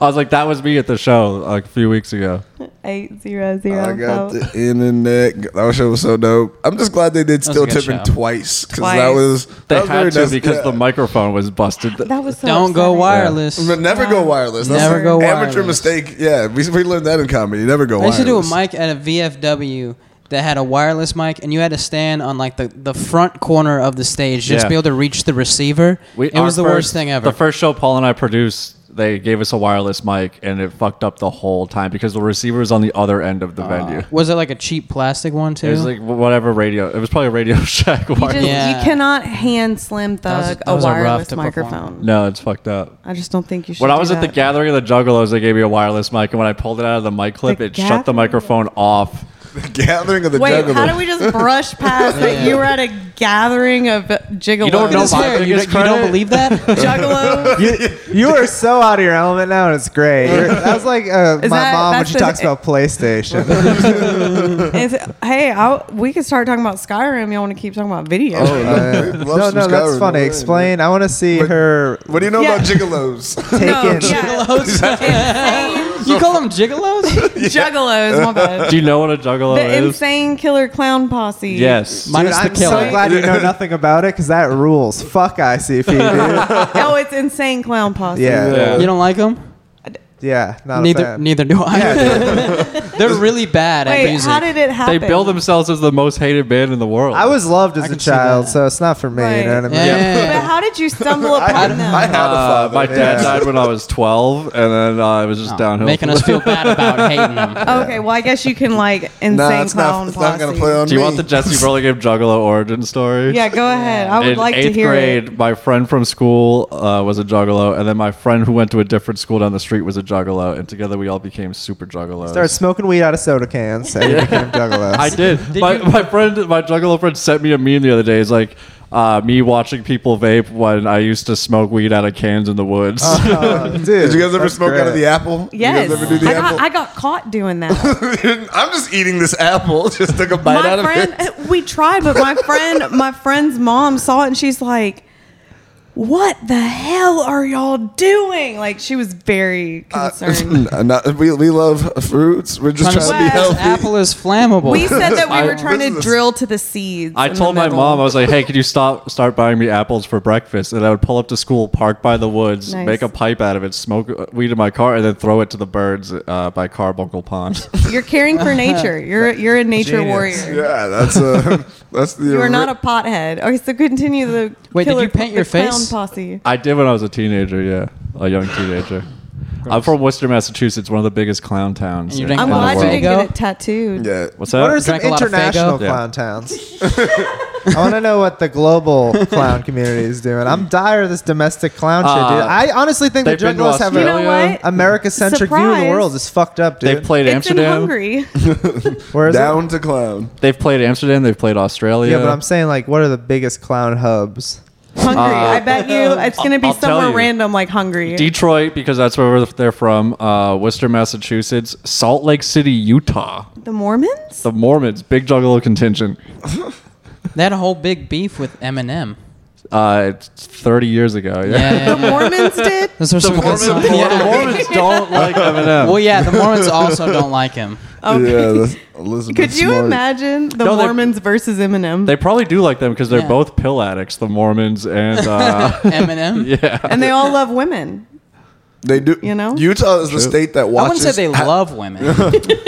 S1: I was like, "That was me at the show like a few weeks ago."
S3: Eight zero zero.
S4: I got
S3: vote.
S4: the internet. That show was so dope. I'm just glad they did
S5: was a
S4: still
S5: good
S4: tipping
S5: show.
S4: twice because that
S3: Twice.
S4: was
S1: They
S4: that was very
S1: had to
S4: nice.
S1: because
S4: Yeah.
S1: the microphone was busted.
S3: That was so
S5: Don't go
S3: upsetting.
S5: wireless.
S4: But never go wireless. That's
S5: Never
S4: an
S5: go
S4: Amateur
S5: wireless.
S4: mistake. Yeah, we, we learned that in comedy. You never go
S5: I
S4: wireless.
S5: used to do a mic at a VFW that had a wireless mic, and you had to stand on like the, the front corner of the stage just
S1: Yeah.
S5: to be able to reach the receiver.
S1: We-
S5: it was the
S1: our
S5: worst
S1: first-
S5: thing ever.
S1: The first show Paul and I produced, they gave us a wireless mic and it fucked up the whole time because the receiver was on the other end of the venue.
S5: was it like a cheap plastic one too?
S1: It was like wh- whatever radio. It was probably a Radio Shack
S3: You,
S1: wireless.
S3: just,
S5: Yeah.
S3: you cannot hand slim thug
S5: That was- that
S3: a
S5: was a rough
S3: wireless
S5: to perform.
S3: microphone.
S1: No, it's fucked up.
S3: I just don't think you should.
S1: When I
S3: do
S1: was at the
S3: that.
S1: gathering of the Juggalos, they gave me a wireless mic, and when I pulled it out of the mic clip,
S3: The
S1: it shut the
S3: gathering?
S1: microphone off.
S4: gathering of the
S3: Wait,
S4: Juggalos.
S3: how do we just brush past that you were at a gathering of gigolos?
S1: You don't
S5: Look at
S1: know
S5: his
S1: my
S5: hair. you,
S1: biggest
S5: don't- you don't
S1: credit?
S5: believe that?
S3: juggalos.
S2: You are so out of your element now, and it's great. You're, that's like uh, my
S3: Is that-
S2: mom when
S3: that's
S2: she
S3: an-
S2: talks about PlayStation.
S3: It's- hey, I, we could start talking about Skyrim. Y'all want to keep talking about video?
S4: Oh, yeah.
S2: Uh,
S4: We'd
S2: no,
S4: love some
S2: no,
S4: Skyrim,
S2: that's
S4: no
S2: funny.
S4: way.
S2: Explain. I want to see her
S4: What do you know
S3: Yeah.
S4: about gigolos?
S2: taken.
S3: no, yeah. Insane
S5: you call them gigolos?
S3: juggalos. My bad.
S1: Do you know what a Juggalo
S3: The
S1: is?
S3: insane killer clown posse.
S1: Yes.
S2: Dude,
S5: Minus the
S2: I'm
S5: killer.
S2: so glad you know nothing about it because that rules. Fuck ICP, dude.
S3: Oh, it's insane clown posse.
S2: Yeah,
S1: Yeah.
S5: you don't like them?
S2: yeah, not a
S5: Neither,
S2: fan.
S5: neither do I. They're really bad at
S3: Wait,
S5: music.
S3: how did it happen?
S1: They bill themselves as the most hated band in the world.
S2: I was loved as a
S5: can see
S2: child,
S5: that.
S2: so it's not for me. You
S3: Right.
S2: know what I mean?
S5: yeah.
S3: But how did you stumble upon them?
S4: I had a
S1: Uh,
S4: father.
S1: my dad
S2: Yeah.
S1: died when I was 12, and then uh, it was
S3: Oh.
S1: just downhill.
S5: Making
S1: from
S5: us feel bad about hating them.
S3: okay, well, I guess you can like insane
S4: Nah, it's
S3: clown
S4: not. It's
S3: posse.
S4: not gonna play on
S1: Do you
S4: me.
S1: want the Jesse Burlingame Juggalo origin story?
S3: yeah, go ahead. I would
S1: in
S3: like
S1: eighth
S3: to hear
S1: grade,
S3: it.
S1: my friend from school uh, was a juggalo, and then my friend who went to a different school down the street was a juggalo, and together we all became super juggalos.
S2: Started smoking weed out of soda cans, and you became juggalos.
S1: I did.
S5: Did
S1: my,
S5: you-
S1: my friend, my juggalo friend, sent me a meme the other day. He's like, Uh, me watching people vape when I used to smoke weed out of cans in the woods.
S2: Oh, dude,
S4: Did you guys ever
S2: that's
S4: smoke out of
S2: great.
S4: the
S3: Yes.
S4: apple? You guys ever do the
S3: I,
S4: apple?
S3: got, I got caught doing that.
S4: I'm just eating this apple. Just took a bite out
S3: my
S4: of it.
S3: friend, uh, we tried, but my friend, my friend's mom saw it and she's like, "What the hell are y'all doing?" Like she was very
S4: Uh,
S3: concerned.
S4: Not- we, we love fruits. We're just
S5: Trying to
S4: trying to be
S3: Well,
S4: healthy.
S5: Apple is flammable.
S3: we said that we
S1: I-
S3: were trying to
S4: Business.
S3: drill to the seeds.
S1: I
S3: in the
S1: told my
S3: middle.
S1: mom, I was like, hey, could you stop start buying me apples for breakfast? And I would pull up to school, park by the woods,
S3: Nice.
S1: make a pipe out of it, smoke uh, weed in my car, and then throw it to the birds uh, by Carbuncle Pond.
S3: "You're caring for nature. You're you're a nature
S2: Genius.
S3: warrior.
S4: Yeah, that's uh, that's the.
S3: You are not a pothehead." Okay, so continue the
S5: Wait, did
S3: killer-
S5: you paint
S3: the
S5: your
S3: clown
S5: face?
S3: Posse.
S1: I did when I was a teenager, yeah. A young teenager. I'm from Worcester, Massachusetts, one of the biggest clown towns.
S5: And you
S1: in
S5: drink
S1: the
S3: I'm
S5: Wow.
S3: glad you
S1: world.
S3: didn't get it tattooed.
S4: Yeah,
S1: What's
S2: What are
S1: that?
S2: some
S5: Drank a lot of
S2: international
S5: Faygo.
S1: Yeah.
S2: clown towns? I want to know what the global clown community is doing. I'm dire of this domestic clown
S1: Uh,
S2: shit, dude. I honestly think the
S1: They've been to
S2: juggalos have
S1: Australia.
S3: You know what?
S2: an America-centric view of the
S3: Surprise.
S2: world. It's fucked up, dude.
S1: They've played
S3: It's in
S1: Amsterdam.
S3: Hungary.
S2: Where is it?
S4: down to clown.
S1: They've played Amsterdam. They've played Australia.
S2: Yeah, but I'm saying like, what are the biggest clown hubs?
S3: Hungry. I bet you it's going to be
S1: Uh, I'll tell
S3: somewhere
S1: you.
S3: random like Hungary.
S1: Detroit, because that's where they're from. Uh, Worcester, Massachusetts. Salt Lake City, Utah.
S3: the Mormons?
S1: The Mormons, big juggalo contingent.
S5: that whole big beef with Eminem.
S1: Uh, it's 30 years ago. Yeah.
S5: Yeah, yeah,
S3: The
S5: yeah.
S3: Mormons did?
S5: Those are some good songs.
S1: the
S5: Yeah.
S1: Mormons don't like Eminem.
S5: Well, yeah, the Mormons also don't like him.
S4: Yeah, that's Elizabeth.
S3: Could you
S4: Smart.
S3: imagine the
S1: No, they-
S3: Mormons versus Eminem?
S1: They probably do like them because they're
S5: Yeah.
S1: both pill addicts, the Mormons and uh,
S5: Eminem.
S1: yeah.
S3: and they all love women.
S4: They do.
S3: You know?
S4: Utah is the state that
S5: I
S4: watches.
S5: wouldn't say they love women.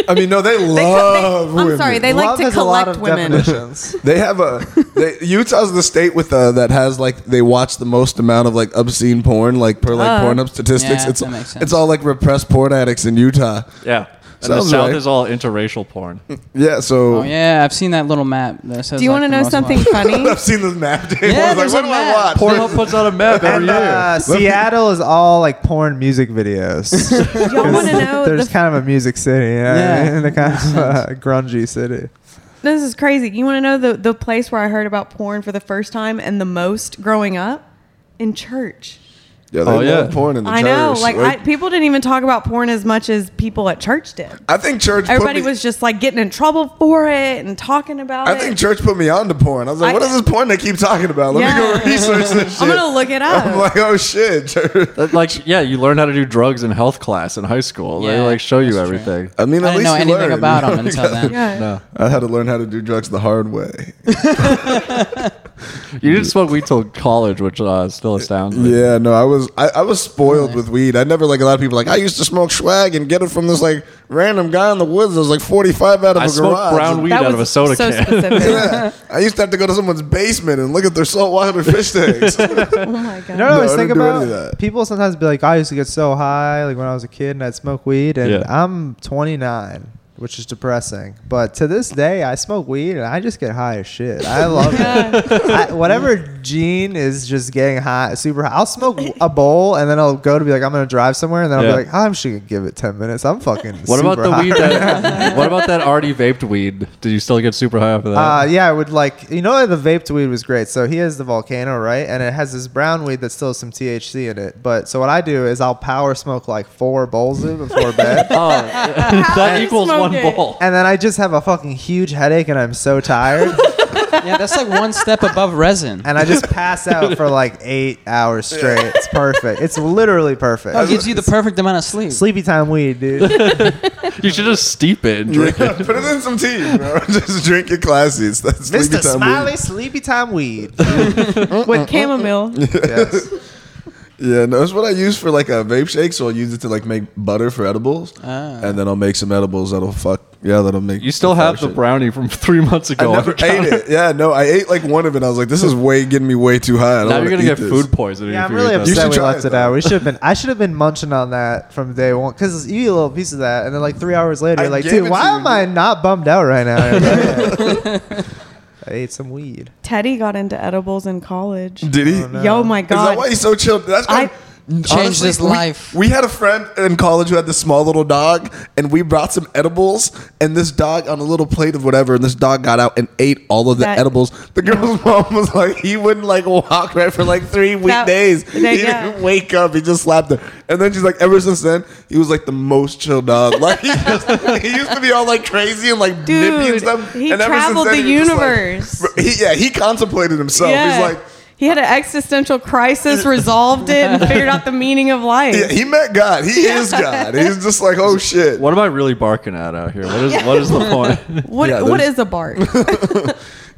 S4: I mean, no, they
S3: They, co- they-
S4: love.
S3: I'm sorry,
S4: women.
S3: they like
S2: Love
S3: to
S2: has a lot
S3: collect
S2: of
S3: women.
S2: definitions.
S4: They have a they, Utah's the state with uh, that has like they watch the most amount of like obscene porn like per like
S3: Oh.
S4: Pornhub statistics.
S5: Yeah,
S4: it's
S5: that makes sense.
S4: it's all like repressed porn addicts in Utah.
S1: Yeah. And the
S4: Sounds
S1: South
S4: right.
S1: is all interracial porn.
S4: Yeah, so
S5: Oh yeah, I've seen that little map. That says,
S3: Do you
S5: like,
S3: want to
S5: the
S3: know
S5: most
S3: something
S5: watched.
S3: funny?
S4: I've seen this map. James.
S5: Yeah,
S4: I was
S5: there's
S4: like, what do
S5: a
S4: I
S5: map.
S4: watch?
S1: Pornhub puts out a map every
S2: And,
S1: year.
S2: uh, Seattle is all like porn music videos.
S3: Y'all want to know?
S2: They're
S3: The,
S2: just kind of a music city, you know?
S5: Yeah.
S2: Yeah. They're kind of a grungy city.
S3: this is crazy. You want to know the, the place where I heard about porn for the first time and the most growing up? In church.
S4: Yeah, they
S1: Oh,
S4: love
S1: yeah.
S4: porn in the
S3: I
S4: church.
S3: know. Like, I, people didn't even talk about porn as much as people at church did.
S4: I think church. put
S3: Everybody
S4: me-
S3: was just like getting in trouble for it and talking about
S4: I
S3: it.
S4: think church put me on to porn. I was like,
S3: I-
S4: what is this porn they keep talking about? Let me
S3: Yeah.
S4: go research this shit.
S3: I'm gonna look it up.
S4: I'm like, oh shit, church.
S1: That, Like, yeah, you learn how to do drugs in health class in high school. they
S5: Yeah,
S1: like show you
S5: that's true.
S1: everything.
S4: I mean, at
S5: I didn't
S4: least
S5: know
S4: you
S5: anything
S4: learned,
S5: about
S4: you know?
S5: them until then.
S3: yeah.
S1: No.
S4: I had to learn how to do drugs the hard way.
S1: You didn't smoke weed till college, which uh, still astounds me.
S4: Yeah, no, I was I, I was spoiled with weed. I never like a lot of people like I used to smoke swag and get it from this like random guy in the woods. that was like forty five out of a
S1: I smoked
S4: garage.
S1: brown weed
S3: That
S1: out
S3: was
S1: of a soda
S3: so
S1: can.
S3: specific.
S4: Yeah. I used to have to go to someone's basement and look at their saltwater fish tanks.
S3: oh my god.
S2: You know what I
S4: No,
S2: always
S4: I
S2: think
S4: didn't do any
S2: about?
S4: of that.
S2: People sometimes be like, I used to get so high, like when I was a kid and I'd smoke weed, and
S1: Yeah.
S2: I'm 29. Which is depressing, but to this day, I smoke weed and I just get high as shit. I love it. I, whatever gene is just getting high, super high. I'll smoke a bowl and then I'll go to be like, I'm gonna drive somewhere, and then I'll
S1: Yeah.
S2: be like, I'm just gonna give it 10 minutes. I'm fucking.
S1: What about
S2: super
S1: the
S2: high
S1: weed that? what about that already vaped weed? Did you still get super high after that?
S2: Uh, yeah, I would like you know the vaped weed was great. So he has the volcano, right? And it has this brown weed that still has some THC in it. But so what I do is I'll power smoke like four bowls of it before bed.
S1: oh, that
S3: you
S1: equals
S3: smoke
S1: one
S3: it?
S1: bowl.
S2: And then I just have a fucking huge headache and I'm so tired.
S5: Yeah, that's like one step above resin.
S2: and I just pass out for like eight hours straight. It's perfect. It's literally perfect.
S5: It gives you the perfect amount of sleep.
S2: Sleepy time weed, dude.
S1: You should just steep it and drink it.
S4: Put it in some tea, bro. Just drink it classy. It's that sleepy
S2: Mr.
S4: time
S2: Smiley,
S4: weed.
S2: sleepy time weed.
S1: Uh,
S3: With chamomile.
S2: Yes.
S4: Yeah, no, that's what I use for like a vape shake. So I'll use it to like make butter for edibles,
S1: Ah.
S4: and then I'll make some edibles that'll fuck. Yeah, that'll make.
S1: You still have the
S4: shit.
S1: brownie from three months
S4: I
S1: ago.
S4: never ate it. Yeah, no, I ate like one of it. I was like, this is way getting me way too high. I don't
S1: Now
S4: wanna
S1: you're gonna
S4: eat
S1: get
S4: this.
S1: food poisoning.
S2: Yeah,
S1: if
S2: I'm
S1: you
S2: really
S1: eat that.
S2: upset
S4: should
S2: we
S4: try
S2: left
S4: it,
S2: it out.
S4: though.
S2: We should have been. I should have been munching on that from day one. Cause you eat a little piece of that, and then like three hours later,
S4: I
S2: you're like,
S4: gave
S2: dude,
S4: it
S2: why
S4: to you,
S2: am I not bummed out right now? I ate some weed.
S3: Teddy got into edibles in college.
S4: Did he?
S2: no.
S1: Oh,
S3: Yo, my
S4: Is that
S3: god.
S4: why he's so chill? That's
S3: I-
S4: kind
S5: changed
S4: Honestly,
S5: his
S4: we-
S5: life.
S4: We had a friend in college who had this small little dog, and we brought some edibles, and this dog on a little plate of whatever, and this dog got out and ate all of the
S3: That-
S4: edibles. The girl's mom was like, he wouldn't like walk right for like three
S3: That-
S4: weekdays.
S3: that-
S4: He didn't
S3: yeah.
S4: wake up. He just slapped her, and then she's like, ever since then, he was like the most chill dog. Like he, just, he used to be all like crazy and like nippy and
S3: Dude,
S4: stuff.
S3: he
S4: and ever since
S3: traveled the
S4: then, he was just, like-
S3: universe.
S4: he, yeah, he contemplated himself. He's like.
S3: he had an existential crisis, resolved it, and figured out the meaning of life.
S4: Yeah, he met God. He is God. He's just like, oh shit.
S1: What am I really barking at out here? What is what is the point?
S3: what
S4: Yeah,
S3: what
S4: there's-
S3: is a bark?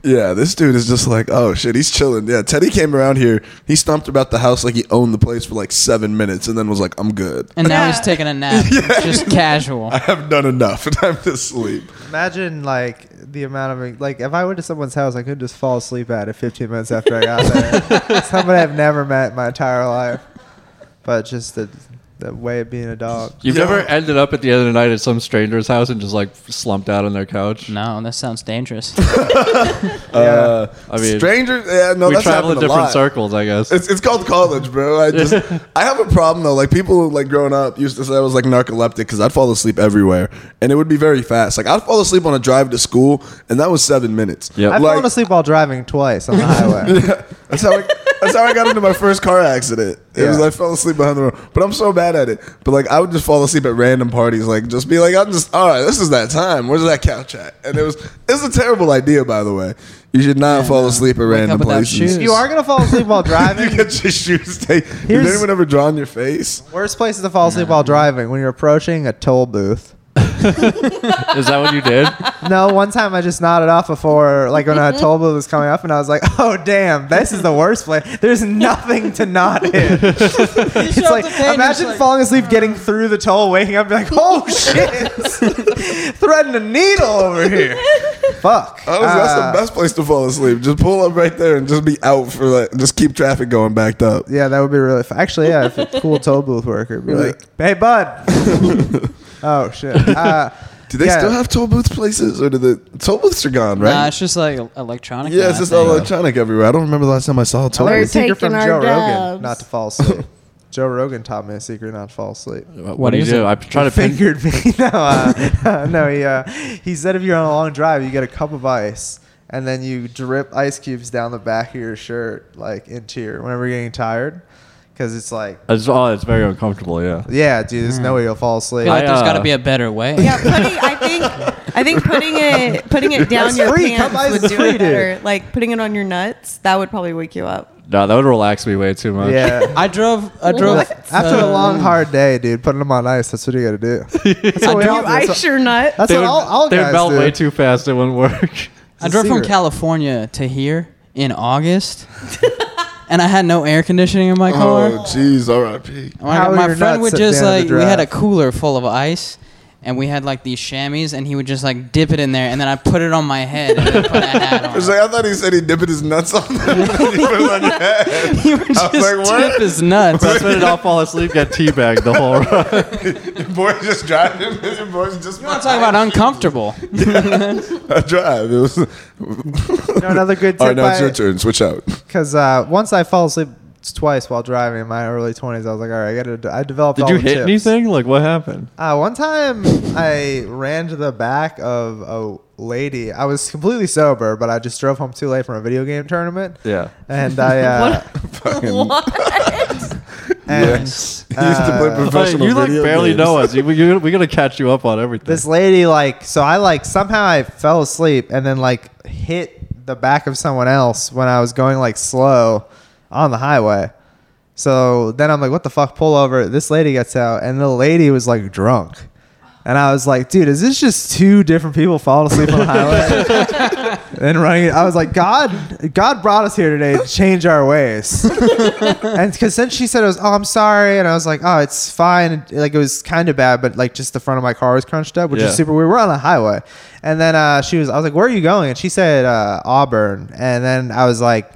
S4: Yeah, this dude is just like, oh shit, he's chilling. Yeah, Teddy came around here. He stomped about the house like he owned the place for like seven minutes, and then was like, I'm good.
S5: And now
S3: Yeah.
S5: he's taking a nap, just casual.
S4: I have done enough. Time to sleep.
S2: Imagine like the amount of like if I went to someone's house, I could just fall asleep at it 15 minutes after I got there. Somebody I've never met in my entire life, but just the the way of being a dog.
S1: You've
S4: Yeah.
S1: never ended up at the end of the night at some stranger's house and just like slumped out on their couch.
S5: No, that sounds dangerous.
S4: Uh,
S1: I mean,
S4: strangers. Yeah, no,
S1: we
S4: that's
S1: travel in
S4: happened a
S1: different
S4: lot.
S1: circles, I guess.
S4: It's, it's called college, bro. I just I have a problem though. Like people like growing up used to say I was like narcoleptic because I'd fall asleep everywhere, and it would be very fast. Like I'd fall asleep on a drive to school, and that was seven minutes.
S1: Yep.
S2: I've
S4: like,
S2: fallen asleep while driving twice on the highway.
S4: Yeah, that's how I, that's how I got into my first car accident. It was
S2: Yeah.
S4: I fell asleep behind the wheel, but I'm so bad at it. But like I would just fall asleep at random parties, like just be like, I'm just all right. This is that time. Where's that couch at? And it was it's a terrible idea, by the way. You should not fall asleep at
S5: Wake up
S4: random
S5: without
S4: places.
S5: shoes.
S2: you are gonna fall asleep while
S4: You
S2: driving.
S4: get your shoes taken. Did
S2: Here's-
S4: anyone ever draw on your face?
S2: Worst places to fall asleep while driving when you're approaching a toll booth.
S1: is that what you did?
S2: No, one time I just nodded off before, like when a toll booth was coming up, and I was like, "Oh damn, this is the worst place. There's nothing to nod in." it's like imagine falling asleep, getting through the toll, waking up, and be like, "Oh shit, threading a needle over here." Fuck.
S4: Honestly, that's
S2: Uh,
S5: Ah.
S4: the best place to fall asleep. Just pull up right there and just be out for like just keep traffic going backed up.
S2: Yeah, that would be really. F- Actually, yeah, if a cool toll booth worker be like, "Hey, bud." oh shit. Uh,
S4: Do they
S2: Yeah.
S4: still have toll booth places, or do the toll booths are gone? Right?
S5: Nah, it's just like electronic. now,
S4: Yeah, it's
S5: I
S4: just
S5: think.
S4: electronic everywhere. I don't remember the last time I saw a toll
S2: I learned
S3: They're
S2: a
S4: booth.
S2: secret from
S3: taking our
S2: Joe Rogan
S3: jobs.
S2: not to fall asleep. Joe Rogan taught me a secret not to fall asleep.
S1: What,
S5: What
S1: do you
S5: is
S1: do?
S5: it?
S1: I'm trying to pin.
S2: fingered me. no, uh, no. He uh, he said if you're on a long drive, you get a cup of ice, and then you drip ice cubes down the back of your shirt, like into your whenever you're getting tired, because it's like,
S1: It's, oh, it's very uncomfortable. Yeah.
S2: yeah, dude, there's no way you'll fall asleep.
S5: I feel like
S1: I,
S5: there's
S1: uh,
S5: got to be a better way.
S3: yeah, putting, I think I think putting it putting it down
S2: That's
S3: your
S2: free. Cup ice
S3: pants
S2: is
S3: would do
S2: free,
S3: it better. Like putting it on your nuts, that would probably wake you up.
S1: No, that would relax me way too much.
S2: yeah.
S5: I drove. I drove
S2: After a
S5: uh,
S2: long, hard day, dude, putting them on ice, that's what you gotta do. That's what we all
S3: You
S2: do. That's
S3: ice
S2: what,
S3: your nut.
S2: that's
S1: They
S2: what
S1: would,
S2: all, all
S1: they would
S2: guys
S1: melt
S2: do.
S1: way too fast. It wouldn't work.
S5: I
S2: It's a
S5: drove from
S2: secret.
S5: California to here in August, and I had no air conditioning in my car.
S4: Oh, jeez, R.I.P.
S5: my
S2: How are
S5: my
S2: your nuts
S5: friend would
S2: at
S5: just
S2: the end
S5: like
S2: of the
S5: we had a
S2: draft?
S5: cooler full of ice, and we had like these chamois, and he would just like dip it in there, and then I put it on my head. And then put a hat on.
S4: I was like, I thought he said he dipped his nuts on them. and he put it on your head.
S5: he would
S4: I
S5: just
S4: was like, what?
S5: dip his nuts.
S1: That's when it all
S2: Oh,
S1: fall asleep, get teabagged the whole ride.
S4: Your boy's just driving. Your boy's just. You
S5: I'm talking about uncomfortable.
S4: a drive? It was. All
S2: You know, another good tip.
S4: right, now it's
S2: I-
S4: your turn. Switch out.
S2: Because uh, once I fall asleep twice while driving in my early 20s, I was like, all right, I got to. I developed.
S1: Did
S2: all
S1: you
S2: the
S1: hit
S2: tips.
S1: anything? Like what happened?
S2: Uh, one time I ran to the back of a lady. I was completely sober, but I just drove home too late from a video game tournament.
S1: Yeah.
S2: And I uh, and uh,
S4: He used to play professional.
S1: you like
S4: video
S1: barely
S4: games.
S1: know us. You- We, you- we gotta catch you up on everything.
S2: this lady like so I like somehow I fell asleep and then like hit the back of someone else when I was going like slow on the highway. So then I'm like, what the fuck? Pull over. This lady gets out, and the lady was like drunk. And I was like, dude, is this just two different people falling asleep on the highway and running? I was like, God, God brought us here today to change our ways. and because then she said, it was, oh, I'm sorry. And I was like, oh, it's fine. Like, it was kind of bad, but like just the front of my car was crunched up, which
S1: Yeah.
S2: is super weird. We're on a highway. And then uh, she was, I was like, where are you going? And she said, uh, Auburn. And then I was like,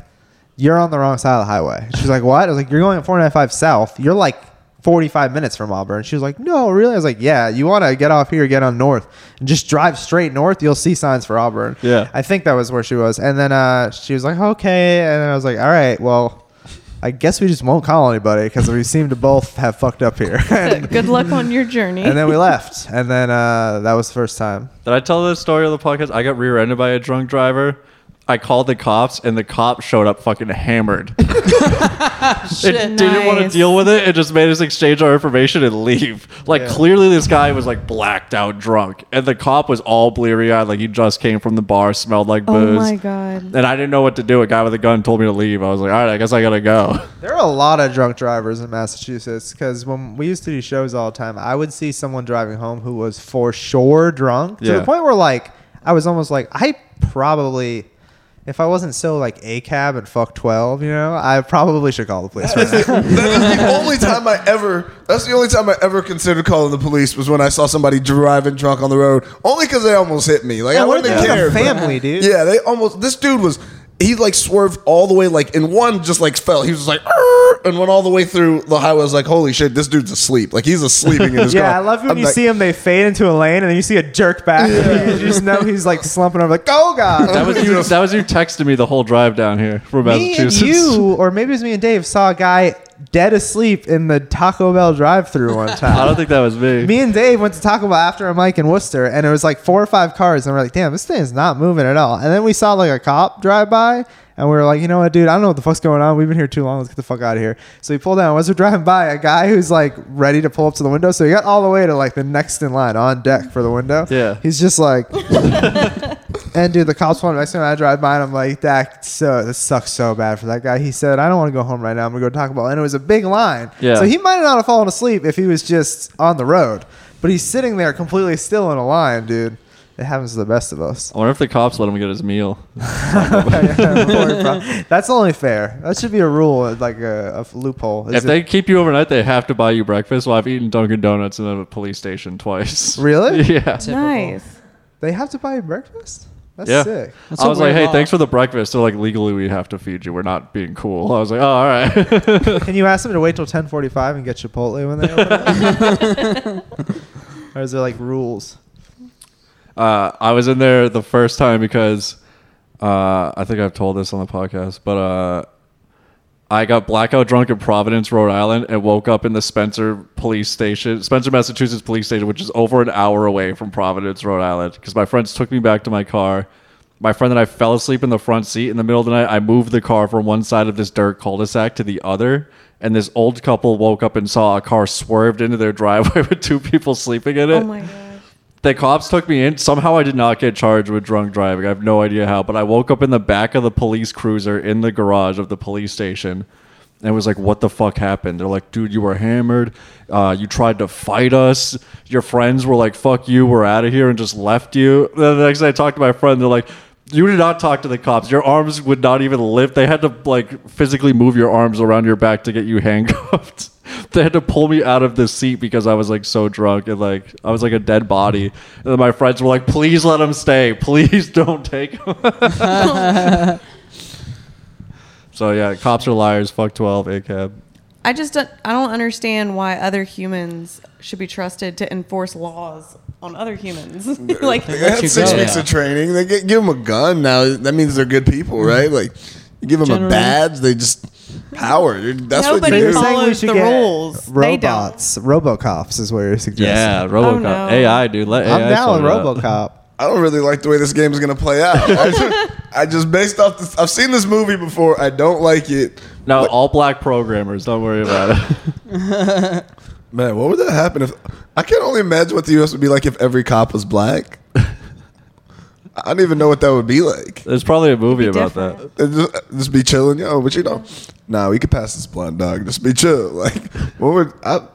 S2: you're on the wrong side of the highway. She's like, what? I was like, you're going at 495 south. You're like 45 minutes from Auburn. She was like, no, really? I was like, yeah, you want to get off here, get on north, and just drive straight north. You'll see signs for Auburn.
S1: Yeah.
S2: I think that was where she was. And then uh, she was like, okay. And then I was like, all right, well, I guess we just won't call anybody because we seem to both have fucked up here. and,
S3: Good luck on your journey.
S2: and then we left. And then uh, that was the first time.
S1: Did I tell the story of the podcast? I got rear-ended by a drunk driver. I called the cops, and the cop showed up fucking hammered. it didn't want to
S3: Nice.
S1: deal with it. It just made us exchange our information and leave. Like clearly, this guy was like blacked out drunk, and the cop was all bleary-eyed, like he just came from the bar, smelled like
S3: Oh
S1: booze.
S3: my God.
S1: And I didn't know what to do. A guy with a gun told me to leave. I was like, all right, I guess I gotta go.
S2: There are a lot of drunk drivers in Massachusetts because when we used to do shows all the time, I would see someone driving home who was for sure drunk to
S1: Yeah.
S2: the point where like I was almost like I probably. If I wasn't so like a cab and fuck twelve, you know, I probably should call the police. Right now.
S4: that is the only time I ever. That's the only time I ever considered calling the police was when I saw somebody driving drunk on the road. Only because they almost hit me. Like I
S2: And Oh, what if
S4: wouldn't
S2: they
S4: have
S2: were a
S4: cared. but-
S2: family, dude?
S4: Yeah, they almost. This dude was. He like swerved all the way, like in one, just like fell. He was just like, "Arr!" and went all the way through the highway. I was like, "Holy shit, this dude's asleep! Like he's asleep in his car."
S2: Yeah, I love when
S4: I'm
S2: you
S4: like-
S2: see them. They fade into a lane, and then you see a jerk back. You just know he's like slumping over, like, "Oh God!"
S1: That was you. That was you texting me the whole drive down here from
S2: me and
S1: Massachusetts.
S2: you, or maybe it was me and Dave, saw a guy dead asleep in the Taco Bell drive-through one time.
S1: I don't think that was me.
S2: me and Dave went to Taco Bell after a mic in Worcester, and it was like four or five cars, and we're like, "Damn, this thing is not moving at all." And then we saw like a cop drive by, and we were like, "You know what, dude? I don't know what the fuck's going on. We've been here too long. Let's get the fuck out of here." So we pulled down. As we're driving by, a guy who's like ready to pull up to the window, so he got all the way to like the next in line on deck for the window.
S1: Yeah.
S2: he's just like. And dude, the cops wanted next time I drive by, and I'm like, that so this sucks so bad for that guy. He said, I don't want to go home right now. I'm gonna go to Taco Bell, and it was a big line.
S1: Yeah.
S2: So he might not have fallen asleep if he was just on the road, but he's sitting there completely still in a line, dude. It happens to the best of us.
S1: I wonder if the cops let him get his meal.
S2: That's only fair. That should be a rule, like a, a loophole. Is
S1: if
S2: it-
S1: they keep you overnight, they have to buy you breakfast. Well, I've eaten Dunkin' Donuts in a police station twice.
S2: Really?
S1: Yeah.
S3: Nice.
S2: they have to buy you breakfast. That's
S1: yeah.
S2: sick.
S5: That's
S1: I
S5: a
S1: was like,
S5: weird
S1: hey,
S5: law.
S1: thanks for the breakfast. They're like, legally, we have to feed you. We're not being cool. I was like, oh, all right.
S2: Can you ask them to wait till 10:45 and get Chipotle when they open?
S3: Oh
S2: up? or is there like rules?
S1: uh, I was in there the first time because uh, I think I've told this on the podcast, but uh, I got blackout drunk in Providence, Rhode Island, and woke up in the Spencer police station, Spencer, Massachusetts police station, which is over an hour away from Providence, Rhode Island, because my friends took me back to my car. My friend and I fell asleep in the front seat in the middle of the night. I moved the car from one side of this dirt cul-de-sac to the other, and this old couple woke up and saw a car swerved into their driveway with two people sleeping in it
S3: Oh my God.
S1: the cops took me in. Somehow I did not get charged with drunk driving. I have no idea how, but I woke up in the back of the police cruiser in the garage of the police station and was like, what the fuck happened? They're like, dude, you were hammered. Uh, you tried to fight us. Your friends were like, fuck you, we're out of here, and just left you. Then the next day I talked to my friend. They're like, you did not talk to the cops. Your arms would not even lift. They had to like physically move your arms around your back to get you handcuffed. they had to pull me out of the seat because I was like so drunk and like I was like a dead body. And then my friends were like, "Please let him stay. Please don't take him." so yeah, cops are liars. Fuck twelve, A cab.
S3: I just don't, I don't understand why other humans should be trusted to enforce laws on other humans. like
S4: They had
S5: you
S4: six
S5: go.
S4: weeks
S5: Yeah.
S4: of training. They get, give them a gun now. That means they're good people,
S2: Mm-hmm.
S4: right? Like, you give them a
S5: Generally.
S4: badge, they just power. dude. That's
S3: Nobody
S4: what you
S2: You're
S4: do.
S3: follows-
S2: saying we should
S3: the
S2: get
S3: rules. They don't.
S2: robots, RoboCops is what you're suggesting.
S1: Yeah, RoboCop.
S3: Oh, no.
S1: AI, dude. Let AI
S2: I'm down with
S1: sort it out.
S2: RoboCop.
S4: I don't really like the way this game is going to play out. I just, I just based off this. I've seen this movie before. I don't like it.
S1: No, all black programmers. Don't worry about it.
S4: Man, what would that happen if? I can only imagine what the U.S. would be like if every cop was black. I don't even know what that would be like.
S1: There's probably a movie about
S3: different.
S1: that.
S4: And just, uh, just be chilling, yo. But you know, nah, we could pass this blunt, dog. Just be chill. Like, what would? I,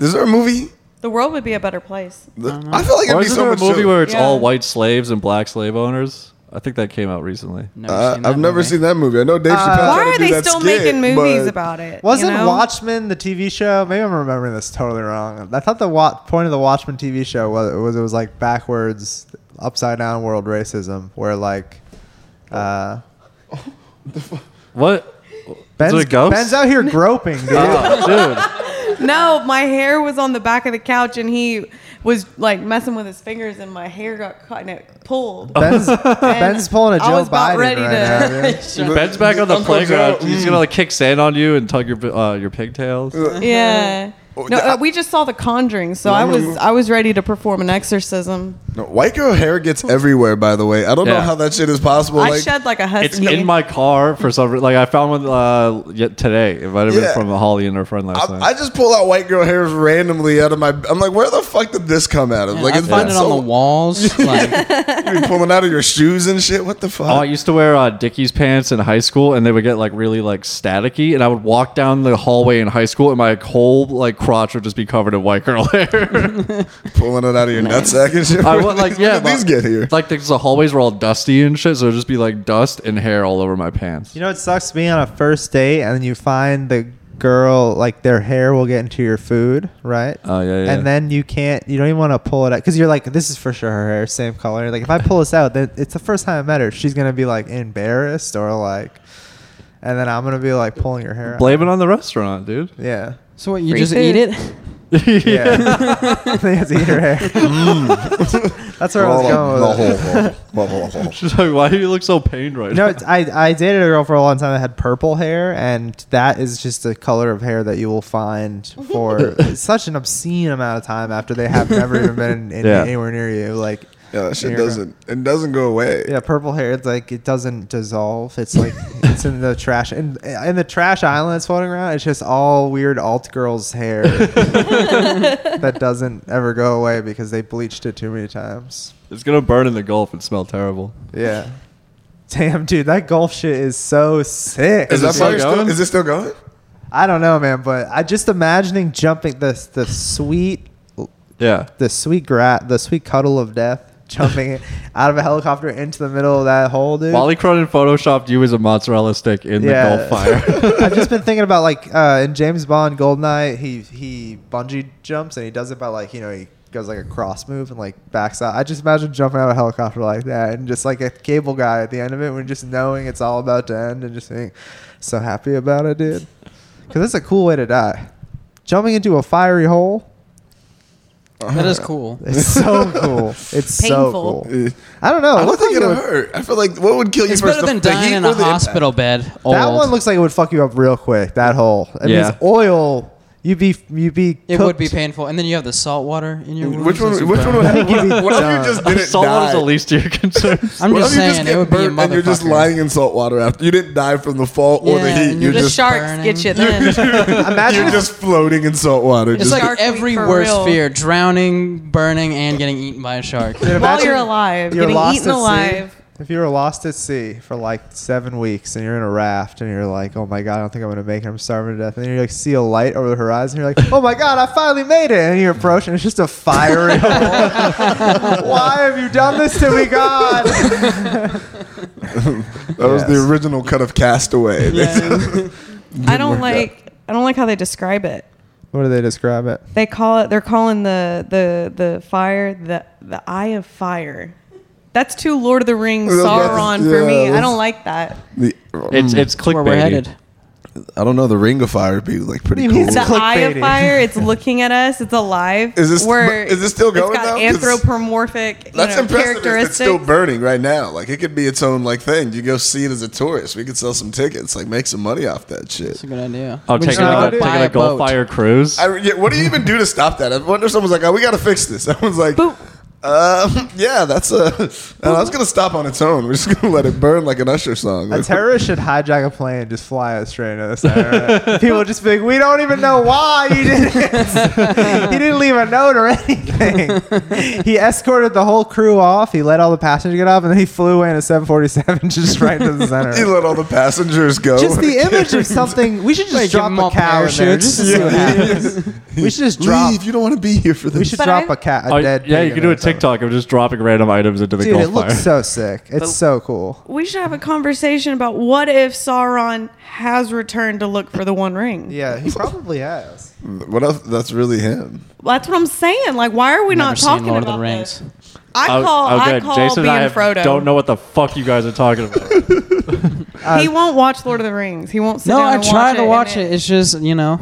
S4: is there a movie?
S3: the world would be a better place.
S4: The- I feel like it'd
S1: Or
S4: be
S1: isn't
S4: so
S1: there a
S4: much
S1: movie
S4: chiller.
S1: where it's
S3: Yeah.
S1: all white slaves and black slave owners? I think that came out recently.
S5: Never
S4: Uh,
S5: seen that
S4: I've never
S5: movie.
S4: seen that movie. I know
S1: Uh,
S4: Dave Chappelle.
S3: Why
S4: tried to
S3: are
S4: do
S3: they
S4: that
S3: still
S4: skit,
S3: making movies
S4: but
S3: about it?
S2: Wasn't
S3: you know?
S2: Watchmen the TV show? Maybe I'm remembering this totally wrong. I thought the wa- point of the Watchmen TV show was, was it was like backwards, upside down world racism, where like uh,
S1: What?
S2: Ben's,
S1: it a ghost?
S2: Ben's out here groping, dude.
S1: Oh, dude.
S3: No, my hair was on the back of the couch, and he was like messing with his fingers, and my hair got caught and it pulled.
S2: Ben's, Ben's pulling a
S3: I
S2: Joe
S3: was about
S2: Biden right
S3: ready to-
S2: now. dude.
S1: Ben's back on the
S4: Uncle
S1: playground.
S4: Joe, mm.
S1: He's gonna like kick sand on you and tug your uh, your pigtails.
S4: Uh-huh.
S3: Yeah.
S4: Oh,
S3: No, uh, we just saw The Conjuring, so I was I was ready to perform an exorcism.
S4: No, white girl hair gets everywhere. By the way, I don't know
S1: Yeah.
S4: how that shit is possible.
S3: I
S4: like,
S3: shed like a husky.
S1: It's in my car for some reason. Like I found one uh, yet today. It might have
S4: Yeah.
S1: been from Holly and her friend last
S4: I, I
S1: night.
S4: just pull out white girl hairs randomly out of my. I'm like, where the fuck did this come out of?
S5: Yeah,
S4: like,
S5: I
S4: it's
S5: find
S4: been
S5: it
S4: so-
S5: on the walls. Like,
S4: you be pulling out of your shoes and shit. What the fuck?
S1: Oh, I used to wear uh, Dickies pants in high school, and they would get like really like staticky. And I would walk down the hallway in high school, and my whole like crotch would just be covered in white girl hair.
S4: pulling it out of your nutsack and shit.
S1: I would like
S4: Where
S1: yeah,
S4: did these
S1: but-
S4: get here.
S1: Like the, the hallways were all dusty and shit, so it'd just be like dust and hair all over my pants.
S2: You know it sucks being on a first date and you find the girl like their hair will get into your food, right?
S1: Oh, yeah, yeah.
S2: And then you can't, you don't even want to pull it out because you're like, this is for sure her hair, same color. Like if I pull this out, then it's the first time I met her. She's gonna be like embarrassed or like, and then I'm gonna be like pulling her hair.
S1: Blame it on the restaurant, dude.
S2: out. Yeah.
S5: so what? You
S3: Free
S5: just
S3: food.
S5: eat it?
S2: Yeah. they have to eat her hair.
S4: Mm.
S2: That's where I was going with it.
S1: She's like, why do you look so pained right
S2: No,
S1: now?
S2: it's, I I dated a girl for a long time that had purple hair, and that is just a color of hair that you will find for such an obscene amount of time after they have never even been in, in-
S1: Yeah.
S2: anywhere near you. Like,
S4: Yeah, that shit
S2: near-
S4: doesn't. It doesn't go away.
S2: Yeah, purple hair. It's like it doesn't dissolve. It's like it's in the trash and in, the trash island that's floating around. It's just all weird alt girls' hair that doesn't ever go away because they bleached it too many times.
S1: It's gonna burn in the Gulf and smell terrible.
S2: Yeah. Damn, dude, that golf shit is so sick.
S4: Is that
S1: still
S4: fire still?
S1: going?
S4: Is it still going?
S2: I don't know, man, but I just imagining jumping the the sweet
S1: Yeah.
S2: the sweet gra- the sweet cuddle of death jumping out of a helicopter into the middle of that hole, dude.
S1: Wally Cronin photoshopped you as a mozzarella stick in the
S2: Yeah.
S1: Gulf fire.
S2: I've just been thinking about like uh, in James Bond Goldeneye, he he bungee jumps and he does it by like you know he goes like a cross move and like backs out. I just imagine jumping out of a helicopter like that and just like a cable guy at the end of it when just knowing it's all about to end and just being so happy about it, dude. Because that's a cool way to die. Jumping into a fiery hole.
S5: That is cool.
S2: It's so cool. It's so
S3: Painful.
S2: cool.
S4: Eh.
S2: I don't know. It
S4: I don't
S2: looks
S4: think
S2: like it
S4: it'll
S2: would-
S4: hurt. I feel like what would kill you
S5: It's
S4: first?
S5: better than
S4: the, the
S5: dying
S4: heat
S5: in
S4: or
S5: a
S4: the impact?
S5: hospital bed. Oh, Old.
S2: That one looks like it would fuck you up real quick. That hole. It
S1: Yeah.
S2: means oil. You'd be you'd be.
S5: It would be
S2: cooked.
S5: painful, and then you have the salt water in your.
S4: Which
S5: wounds.
S4: one? Which
S5: That's
S4: one would
S5: incredible.
S4: happen?
S2: You'd
S4: What
S2: be
S4: if
S2: done.
S4: you just didn't
S1: Salt water
S4: die?
S1: is the least of your concerns.
S5: I'm
S4: What
S5: just
S4: if you just
S5: saying, it
S4: get
S5: would be a
S4: burnt and
S5: motherfucker.
S4: you're just lying in salt water after you didn't die from the fall or the
S5: Yeah,
S4: heat.
S5: and
S4: You're
S5: you're
S3: the
S4: just
S5: shark-
S3: sharks
S5: burning.
S3: get you then.
S2: Imagine
S4: you're
S2: if-
S4: just floating in salt water.
S5: It's
S4: just-
S5: like
S3: Shark week
S5: every
S3: for
S5: worst
S3: real.
S5: fear: drowning, burning, and getting eaten by a shark.
S2: Dude,
S3: While
S2: imagine
S3: you're alive,
S2: you're
S3: getting
S2: lost
S3: eaten
S2: at sea.
S3: alive.
S2: If you were lost at sea for like seven weeks and you're in a raft and you're like, oh my god, I don't think I'm gonna make it. I'm starving to death. And then you like see a light over the horizon. You're like, oh my god, I finally made it. And you approach and it's just a fiery hole. Why have you done this to me, God?
S4: that was
S2: Yes.
S4: the original cut of Castaway.
S3: I don't
S4: work out.
S3: like I don't like how they describe it.
S2: what do they describe it?
S3: They call it they're calling the the the fire the the eye of fire. That's too Lord of the Rings
S4: That's- that's-
S3: Sauron for me.
S4: yeah,
S3: I
S4: that's-
S3: don't like that.
S4: The-
S1: It's it's
S5: Where we're headed.
S1: clickbait.
S4: I don't know. The Ring of Fire would be like pretty
S2: You
S4: cool.
S2: mean
S3: It's
S2: It's
S3: the eye of
S2: clickbaity.
S3: fire. It's looking at us. It's alive.
S4: Is this-
S3: We're,
S4: but is this still going
S3: It's got
S4: though? 'Cause
S3: anthropomorphic you
S4: That's
S3: know,
S4: impressive. if It's still
S3: characteristics.
S4: burning right now. Like it could be its own like thing. You go see it as a tourist. We could sell some tickets. Like make some money off that shit.
S5: That's a good idea.
S1: Oh,
S5: We
S1: taking
S5: should
S2: gonna
S1: like
S5: all
S1: a,
S2: go
S5: buy
S1: taking a Gulf
S5: boat.
S1: fire cruise.
S4: I, yeah, what do you even do to stop that? I wonder if someone's like, "Oh, we got to fix this." Someone's like,
S3: But-
S4: um, "Yeah, that's a that's gonna stop on its own. We're just gonna let it burn like an Usher song."
S2: A
S4: Like,
S2: terrorist should hijack a plane and just fly it straight into the center. People would just be like, we don't even know why he did it. he didn't leave a note or anything. He escorted the whole crew off. He let all the passengers get off, and then he flew in a 747 just right into the
S4: he
S2: center.
S4: let all the passengers go.
S2: Just the image of something. We should just
S5: Like,
S2: drop
S5: give 'em
S2: a
S5: all
S2: cow in there just to see what happens. We should just drop.
S4: Leave. You don't want to be here for this.
S2: We should
S3: But
S2: drop
S3: I-
S2: a cat, a
S1: Oh,
S2: dead.
S1: yeah, you
S2: pig in
S1: can do
S2: there
S1: a
S2: or something.
S1: TikTok of just dropping random items into the
S2: Dude, it
S1: Gulf fire.
S2: looks so sick. It's so cool.
S3: We should have a conversation about what if Sauron has returned to look for the One Ring.
S2: Yeah, he probably has.
S4: what else? That's really him.
S3: That's what I'm saying. Like, why are we
S5: Never
S3: not
S5: seen
S3: talking
S5: Lord of
S3: about
S5: the Rings.
S3: this? I
S1: I-
S3: call.
S1: I'll
S3: I
S1: bet
S3: call
S1: Oh, Jason and
S3: being
S1: I have-
S3: Frodo.
S1: don't know what the fuck you guys are talking about.
S3: he won't watch Lord of the Rings. He won't. Sit
S5: No,
S3: down
S5: I
S3: and
S5: try
S3: watch
S5: to
S3: it
S5: watch
S3: and
S5: it. It's just you know,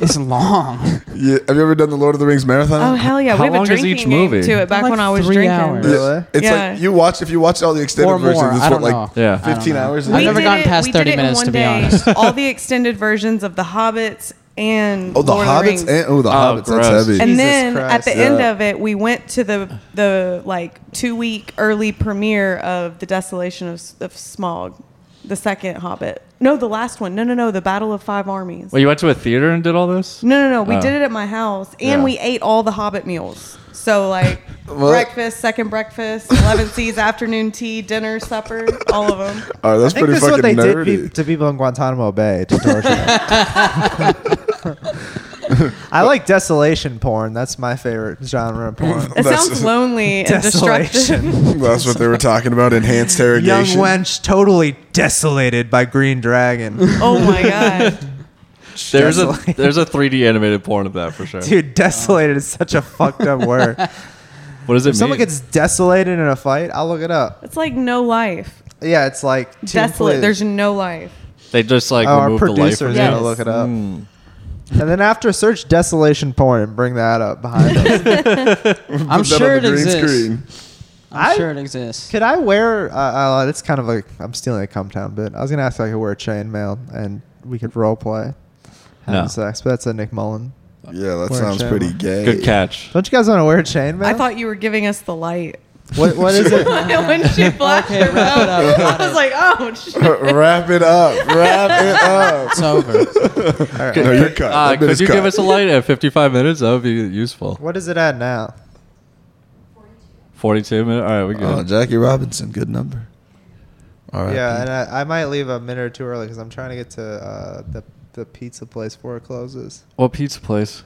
S5: It's long.
S4: Yeah, have you ever done the Lord of the Rings marathon?
S3: Oh hell yeah!
S1: How
S3: we have
S1: long
S3: a
S1: is
S3: drinking
S1: each
S3: game
S1: movie?
S3: to it back
S5: Like
S3: when I was
S5: three
S3: drinking.
S5: hours.
S4: Yeah,
S2: Really?
S4: It's
S3: Yeah.
S4: like you watch if you watch all the extended
S5: Or more.
S4: versions, it's
S5: I don't
S4: what,
S5: know.
S4: like
S1: Yeah. I don't
S4: 15
S5: know.
S4: hours.
S5: I've
S3: We
S5: never
S3: did
S5: gotten
S3: it-
S5: past
S3: we did
S5: 30
S3: it in
S5: minutes,
S3: one
S5: to be
S3: day.
S5: honest.
S3: All the extended versions of The Hobbits and
S4: oh, the
S3: Lord of the
S4: Hobbits
S3: Rings.
S4: and oh, the Hobbits.
S1: gross.
S4: That's heavy.
S3: and
S2: Jesus
S3: then at
S2: Christ.
S3: the
S2: Yeah.
S3: end of it, we went to the the like two week early premiere of the Desolation of, of Smog, the second Hobbit. No, the last one. No, no, no. The Battle of Five Armies.
S1: Well, you went to a theater and did all this?
S3: No, no, no. We
S1: Oh.
S3: did it at my house, and
S1: Yeah.
S3: we ate all the Hobbit meals. So like
S4: What?
S3: breakfast, second breakfast, eleven C's, afternoon tea, dinner, supper, all of them.
S4: all right,
S2: I
S4: that's
S2: think
S4: pretty
S2: this is
S4: fucking
S2: what they
S4: nerdy.
S2: did pe- to people in Guantanamo Bay to torture. them. I like desolation porn. That's my favorite genre of porn.
S3: It
S4: That's-
S3: sounds lonely and destructive.
S4: That's what they were talking about. Enhanced
S2: Young
S4: interrogation.
S2: wench totally desolated by Green Dragon.
S3: Oh my god!
S1: There's a
S2: Desolate.
S1: there's a 3D animated porn of that for sure.
S2: Dude, desolated is such a fucked up word.
S1: what does it
S2: If someone
S1: mean?
S2: gets desolated in a fight, I'll look it up.
S3: It's like no life,
S2: Yeah, it's like two
S3: desolate.
S2: pla-
S3: There's no life.
S1: they just like
S2: Oh, our
S1: remove the life
S2: producer's
S1: from Hmm.
S3: Yes.
S2: gonna look it up. And then after search desolation porn and bring that up behind us.
S5: I'm
S4: Put that
S5: sure
S4: on the
S5: it
S4: green
S5: exists.
S4: screen.
S5: I'm
S2: I-
S5: sure it exists.
S2: Could I wear? Uh, uh, that's kind of like I'm stealing a cum town bit. I was gonna ask if I could wear chainmail and we could role play having
S1: No.
S2: sex, but that's a Nick Mullen.
S4: Yeah, that
S2: Wear a
S4: sounds
S2: chain.
S4: pretty gay.
S1: Good catch.
S2: Don't you guys want to wear chainmail?
S3: I thought you were giving us the light.
S2: What, what is it?
S3: when she flashed
S5: Okay,
S3: it
S5: wrap
S3: out,
S5: it up.
S3: I was like, oh shit.
S4: wrap it up. Wrap it up.
S5: It's over.
S4: No, you're cut.
S1: Uh,
S4: That bit
S1: could
S4: is
S1: you
S4: cut.
S1: give us a light at 55 minutes? That would be useful.
S2: What is it at now?
S1: 42 minutes. All right, we
S4: Oh,
S1: good.
S4: Jackie Robinson, good number. All right.
S2: Yeah, and I, I might leave a minute or two early because I'm trying to get to uh, the the pizza place before it closes.
S1: what pizza place?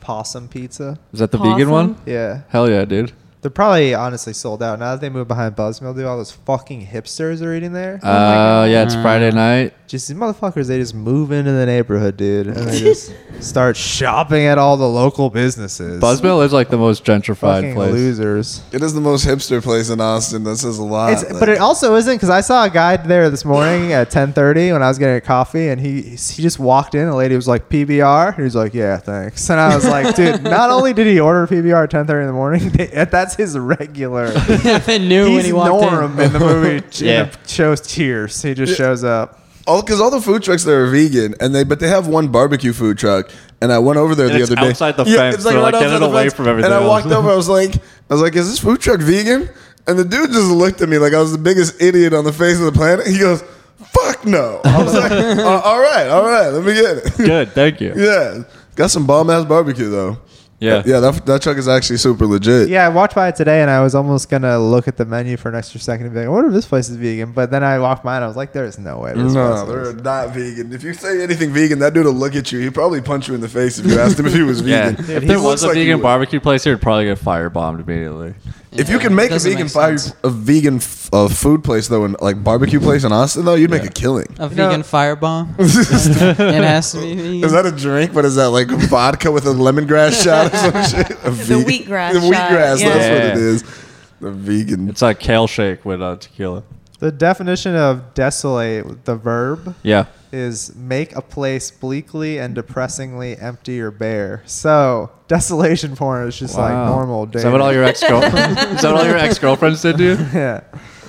S2: Possum Pizza.
S1: Is that the
S3: Possum?
S1: vegan one?
S2: Yeah,
S1: Hell yeah, dude.
S2: they're probably honestly sold out now that they moved behind Buzzmill. Dude, all those fucking hipsters are eating there.
S1: Oh, yeah, it's Friday night.
S2: Just these motherfuckers, they just move into the neighborhood, dude, and they just start shopping at all the local businesses.
S1: Buzzmill is like the most gentrified
S2: fucking
S1: place.
S2: losers.
S4: It is the most hipster place in Austin. That says a lot.
S2: It's,
S4: Uh, Like,
S2: but it also isn't because I saw a guy there this morning at 10:30 when I was getting a coffee, and he he just walked in. A lady was like PBR, and he's like, "Yeah, thanks." And I was like, "Dude, not only did he order PBR at 10:30 in the morning, they, that's his regular.
S5: they knew when
S2: He's
S5: he walked
S2: Norm in. the movie. yeah.
S1: Yeah.
S2: in the shows Cheers. He just shows up.
S4: all because all the food trucks there are vegan, and they but they have one barbecue food truck. And I went over there
S1: And
S4: the
S1: it's
S4: other day.
S1: outside the fence. They're like,
S4: outside
S1: get it
S4: the
S1: away from everything
S4: And I
S1: else.
S4: walked over. I was like, I was like, is this food truck vegan? And the dude just looked at me like I was the biggest idiot on the face of the planet. He goes, "Fuck no." I was like, "Uh, "All right, all right, let me get it."
S1: Good, thank you.
S4: yeah, got some bomb ass barbecue though. Uh,
S1: Yeah.
S4: yeah. That, that truck is actually super legit.
S2: Yeah, I walked by it today, and I was almost gonna look at the menu for an extra second and be like, "I wonder if this place is vegan." But then I walked by, and I was like, "There is no way." This
S4: No,
S2: place is.
S4: they're not vegan. If you say anything vegan, that dude will look at you. He'd probably punch you in the face if you asked him if he was
S1: Yeah.
S4: vegan.
S1: If
S4: He
S1: there was
S4: looks
S1: a
S4: like he
S1: vegan
S4: would.
S1: barbecue place here, it'd probably get firebombed immediately.
S4: if you can make a
S5: Doesn't
S4: vegan
S5: make
S4: fire,
S5: sense.
S4: a vegan f- uh, food place though, and like barbecue place in Austin though, you'd make a killing.
S5: A
S2: know-
S5: vegan firebomb. it has to be vegan.
S4: Is that a drink? What is that like vodka with a lemongrass shot or some shit? A vegan-
S3: wheatgrass
S4: The
S3: shot,
S4: wheatgrass.
S3: yeah.
S4: That's what
S1: Yeah.
S4: it is. The vegan.
S1: It's like kale shake with uh, tequila.
S2: The definition of desolate, the verb,
S1: Yeah.
S2: is make a place bleakly and depressingly empty or bare. So desolation porn is just like
S1: Wow.
S2: normal.
S1: Is that what all your ex girlfriends? is that what all your ex girlfriends did to you?
S2: yeah.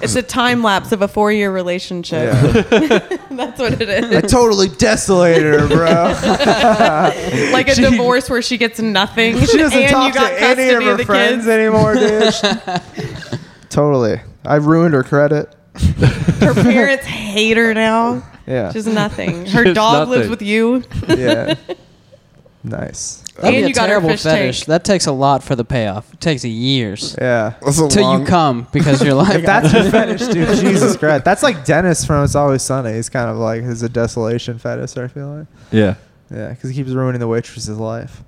S3: It's a time lapse of a four year relationship.
S2: yeah.
S3: That's what it
S2: I
S3: is.
S2: totally desolated her, bro.
S3: Like a
S2: She-
S3: divorce where she gets nothing.
S2: she doesn't
S3: and
S2: talk
S3: you got
S2: to any of
S3: custody
S2: her
S3: the
S2: friends
S3: kids.
S2: anymore, dude. totally. I ruined her credit.
S3: Her parents hate her now.
S2: Yeah.
S3: She's nothing. Her
S1: She's
S3: dog
S1: nothing.
S3: lives with you.
S2: yeah. Nice.
S5: That'd
S3: And
S5: be a
S3: you got her
S5: terrible
S3: fish
S5: fetish.
S3: tank.
S5: That takes a lot for the payoff. It takes years
S2: Yeah.
S4: That's a
S5: till
S4: long-
S5: you come because you're like,
S2: If that's your fetish, dude, Jesus Christ. That's like Dennis from It's Always Sunny. He's kind of like, he's a desolation fetish, I feel like.
S1: Yeah.
S2: Yeah, because he keeps ruining the waitress's life.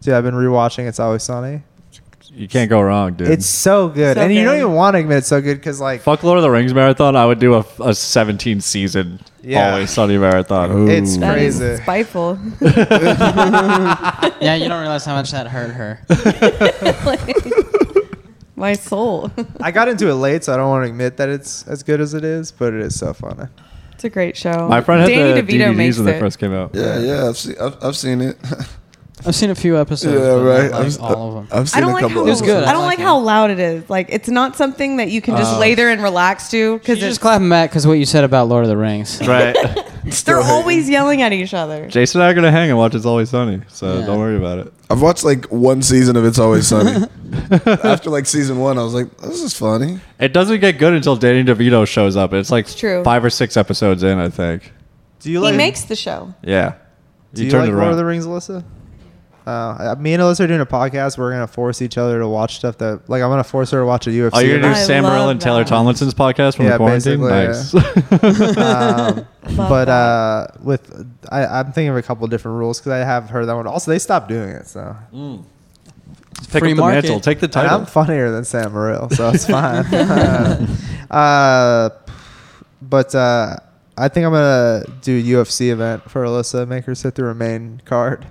S2: Dude, I've been rewatching It's Always Sunny.
S1: You can't go wrong, dude.
S2: It's so good.
S3: So
S2: and you don't
S3: good.
S2: even want to admit it's so good because, like,
S1: Fuck Lord of the Rings marathon. I would do a, a 17 season
S2: Yeah.
S1: Always Sunny marathon.
S2: it's
S4: Ooh.
S3: That is
S2: crazy.
S3: spiteful.
S5: yeah, you don't realize how much that hurt her.
S3: My soul.
S2: I got into it late, so I don't want to admit that it's as good as it is, but it is so funny.
S3: It's a great show.
S1: My friend had
S3: Danny
S1: the
S3: DeVito
S1: DVDs
S3: makes
S1: when they
S3: it.
S1: first came out.
S4: Yeah, yeah, I've seen, I've, I've seen it.
S5: I've seen a few
S4: yeah,
S5: episodes. but not,
S4: right.
S5: like,
S4: I've,
S5: all of them.
S4: I've
S3: I
S4: seen
S3: don't
S4: a
S3: like
S4: couple.
S3: how
S4: of
S5: It was good.
S3: I don't
S5: I
S3: like
S5: like it.
S3: how loud it is. Like it's not something that you can just
S2: Oh.
S3: lay there and relax to because
S5: You're
S3: it's
S5: just clapping back because what you said about Lord of the Rings.
S1: Right.
S3: they're always yelling at each other.
S1: Jason and I are gonna hang and watch It's Always Sunny, so
S5: Yeah.
S1: don't worry about it.
S4: I've watched like one season of It's Always Sunny. After like season one, I was like, this is funny.
S1: It doesn't get good until Danny DeVito shows up. It's like
S3: true.
S1: five or six episodes in, I think.
S2: Do you
S3: He
S2: like?
S3: makes the show.
S1: Yeah.
S2: do you like Lord of the Rings, Alyssa? Uh, I- me and Alyssa are doing a podcast. We're gonna force each other to watch stuff that, like, I'm gonna force her to watch a UFC.
S1: Oh, you're gonna do
S3: I
S1: Sam
S3: love
S1: Merrill and Taylor
S3: that.
S1: Tomlinson's podcast from
S2: Yeah,
S1: the quarantine?
S2: basically,
S1: Nice.
S2: um,
S3: Love
S2: but
S3: that.
S2: uh, with I, I'm thinking of a couple different rules because I have heard that one. Also, they stopped doing it, so
S5: Mm,
S1: Pick
S5: Free
S1: up the
S5: market.
S1: mantle. Take the
S2: And
S1: title.
S2: I'm funnier than Sam Morril, so it's fine. uh, but uh, I think I'm gonna do UFC event for Alyssa. Make her sit through a main card.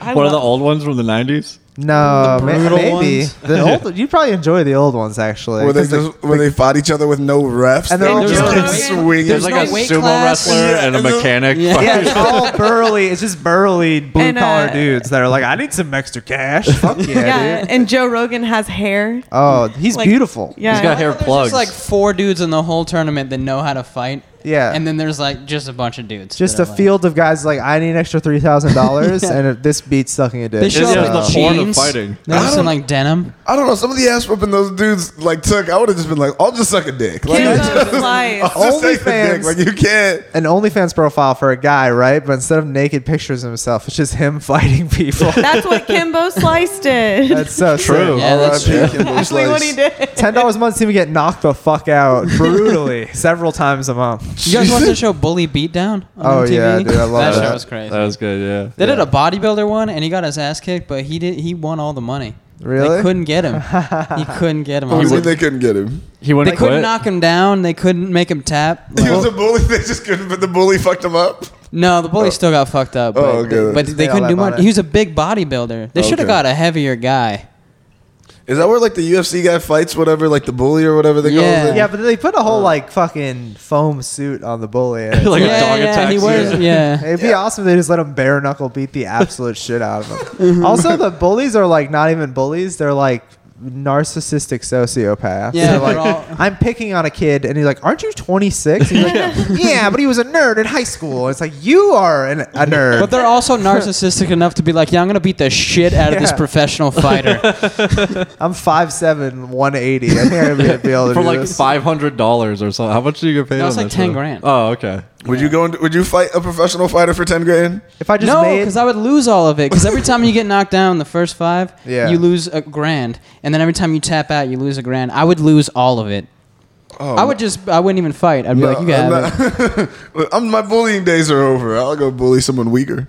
S3: I
S1: One of the
S3: love-
S1: old ones from the 90s?
S2: No,
S5: The
S2: ma-
S5: brutal
S2: maybe
S5: ones?
S2: the old. You probably enjoy the old ones actually.
S4: Where they
S2: 'cause the-
S4: just where they fought each other with no refs.
S2: And they're all
S4: they just
S2: drunk.
S4: kept
S3: There's
S4: swinging.
S1: There's
S5: There's
S1: like
S5: no
S1: a
S5: weight
S1: sumo
S5: class.
S1: wrestler
S4: Yeah,
S1: and a
S4: and the-
S1: mechanic.
S5: Yeah.
S1: Fuck.
S2: yeah, it's all burly. It's just burly blue collar
S3: uh,
S2: dudes that are like, I need some extra cash. Fuck yeah,
S3: Yeah,
S2: dude.
S3: and Joe Rogan has hair.
S2: Oh, he's
S3: Like-
S2: beautiful.
S3: Yeah,
S1: He's got hair
S5: There's
S1: plugs.
S5: just, like four dudes in the whole tournament that know how to fight.
S2: Yeah.
S5: And then there's like just a bunch of dudes.
S2: Just
S5: that
S2: a
S5: are, like-
S2: field of guys like, I need an extra three thousand dollars, and it, this beats sucking a dick.
S5: They show
S1: Yeah,
S5: up
S1: the
S5: in
S1: porn of
S5: jeans.
S1: fighting.
S5: They're
S4: I
S5: just
S4: don't-
S5: in like denim.
S4: I don't know. Some of the ass whooping those dudes like took. I would have just been like, I'll just suck a dick. Like,
S3: Give
S4: I
S3: them
S4: just-
S3: lies.
S4: I'll just take the dick.
S2: OnlyFans.
S4: Like you can't.
S2: an OnlyFans profile for a guy, right? But instead of naked pictures of himself, it's just him fighting people.
S3: That's what Kimbo Slice did.
S2: That's so
S1: True.
S2: true.
S5: Yeah, that's
S4: R.I.P.
S5: true.
S4: Kimbo
S3: Exactly what he
S4: Slice.
S3: did.
S2: Ten dollars a month to even get knocked the fuck out brutally several times a month.
S5: You guys watch the show Bully Beatdown? On
S2: Oh,
S5: MTV?
S2: yeah, dude, I love
S5: that.
S2: that.
S5: show was crazy.
S1: That was good, yeah.
S5: they did a bodybuilder one, and he got his ass kicked, but he did. He won all the money.
S2: Really?
S5: They couldn't get him. he couldn't get him. I
S4: What do
S5: was
S4: you mean
S5: like-
S4: they couldn't get him?
S1: He wouldn't
S5: they couldn't
S1: quit.
S5: knock him down. They couldn't make him tap.
S4: He
S5: Like-
S4: was a bully. They just couldn't. But the bully fucked him up.
S5: No, the bully still got fucked up. But,
S4: Oh, okay.
S5: but they
S2: Yeah, that
S5: couldn't do
S2: about
S5: much.
S2: it.
S5: He was a big bodybuilder. They should
S4: Okay.
S5: have got a heavier guy.
S4: Is that where like the UFC guy fights whatever, like the bully or whatever they
S5: Yeah.
S4: call it?
S2: Yeah, but they put a whole like fucking foam suit on the bully. and it's
S1: Like a
S5: yeah,
S1: dog
S5: yeah,
S1: attacks
S5: he
S1: you.
S5: wears. Yeah.
S2: It'd be awesome if they just let him bare knuckle beat the absolute shit out of him. Also, the bullies are like not even bullies; they're like narcissistic sociopaths.
S5: Yeah,
S2: They're
S5: they're
S2: like
S5: all-
S2: I'm picking on a kid, and he's like, "Aren't you 26?" He's like, "Yeah, but he was a nerd in high school." It's like you are an, a nerd.
S5: But they're also narcissistic enough to be like, yeah, I'm going to beat the shit out of this
S2: Yeah.
S5: professional fighter.
S2: I'm 5'7", 180. I think I'd be able to do
S1: for like
S2: this.
S1: five hundred dollars or so. How much do you get paid?
S5: No, it's
S1: on
S5: like
S1: that
S5: 10
S1: show?
S5: grand.
S1: Oh, okay.
S4: Would you go? Into, would you fight a professional fighter for ten grand?
S2: If I just
S5: no,
S2: made,
S5: because I would lose all of it. Because every time you get knocked down, the first five,
S2: Yeah.
S5: you lose a grand, and then every time you tap out, you lose a grand. I would lose all of it.
S4: Oh,
S5: I would just, I wouldn't even fight. I'd be like, you got it.
S4: it. I'm, my bullying days are over. I'll go bully someone weaker.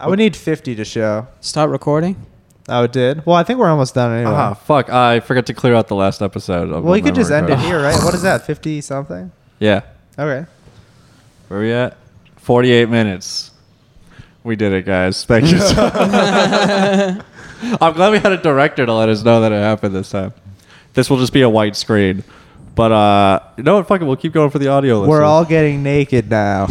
S2: I would need 50 to show.
S5: Start recording.
S2: Oh, it did? Well, I think we're almost done anyway.
S1: Ah, fuck! I forgot to clear out the last episode. Of
S2: Uh-huh. Well, we
S1: my
S2: could just end
S1: memory
S2: it
S1: card.
S2: here, right? What is that? 50 something?
S1: Yeah.
S2: Okay.
S1: Where we at? Forty-eight minutes. We did it, guys. Thank you. so I'm glad we had a director to let us know that it happened this time. This will just be a white screen. But uh, you know what? Fuck it. We'll keep going for the audio.
S2: We're
S1: listeners.
S2: all getting naked now.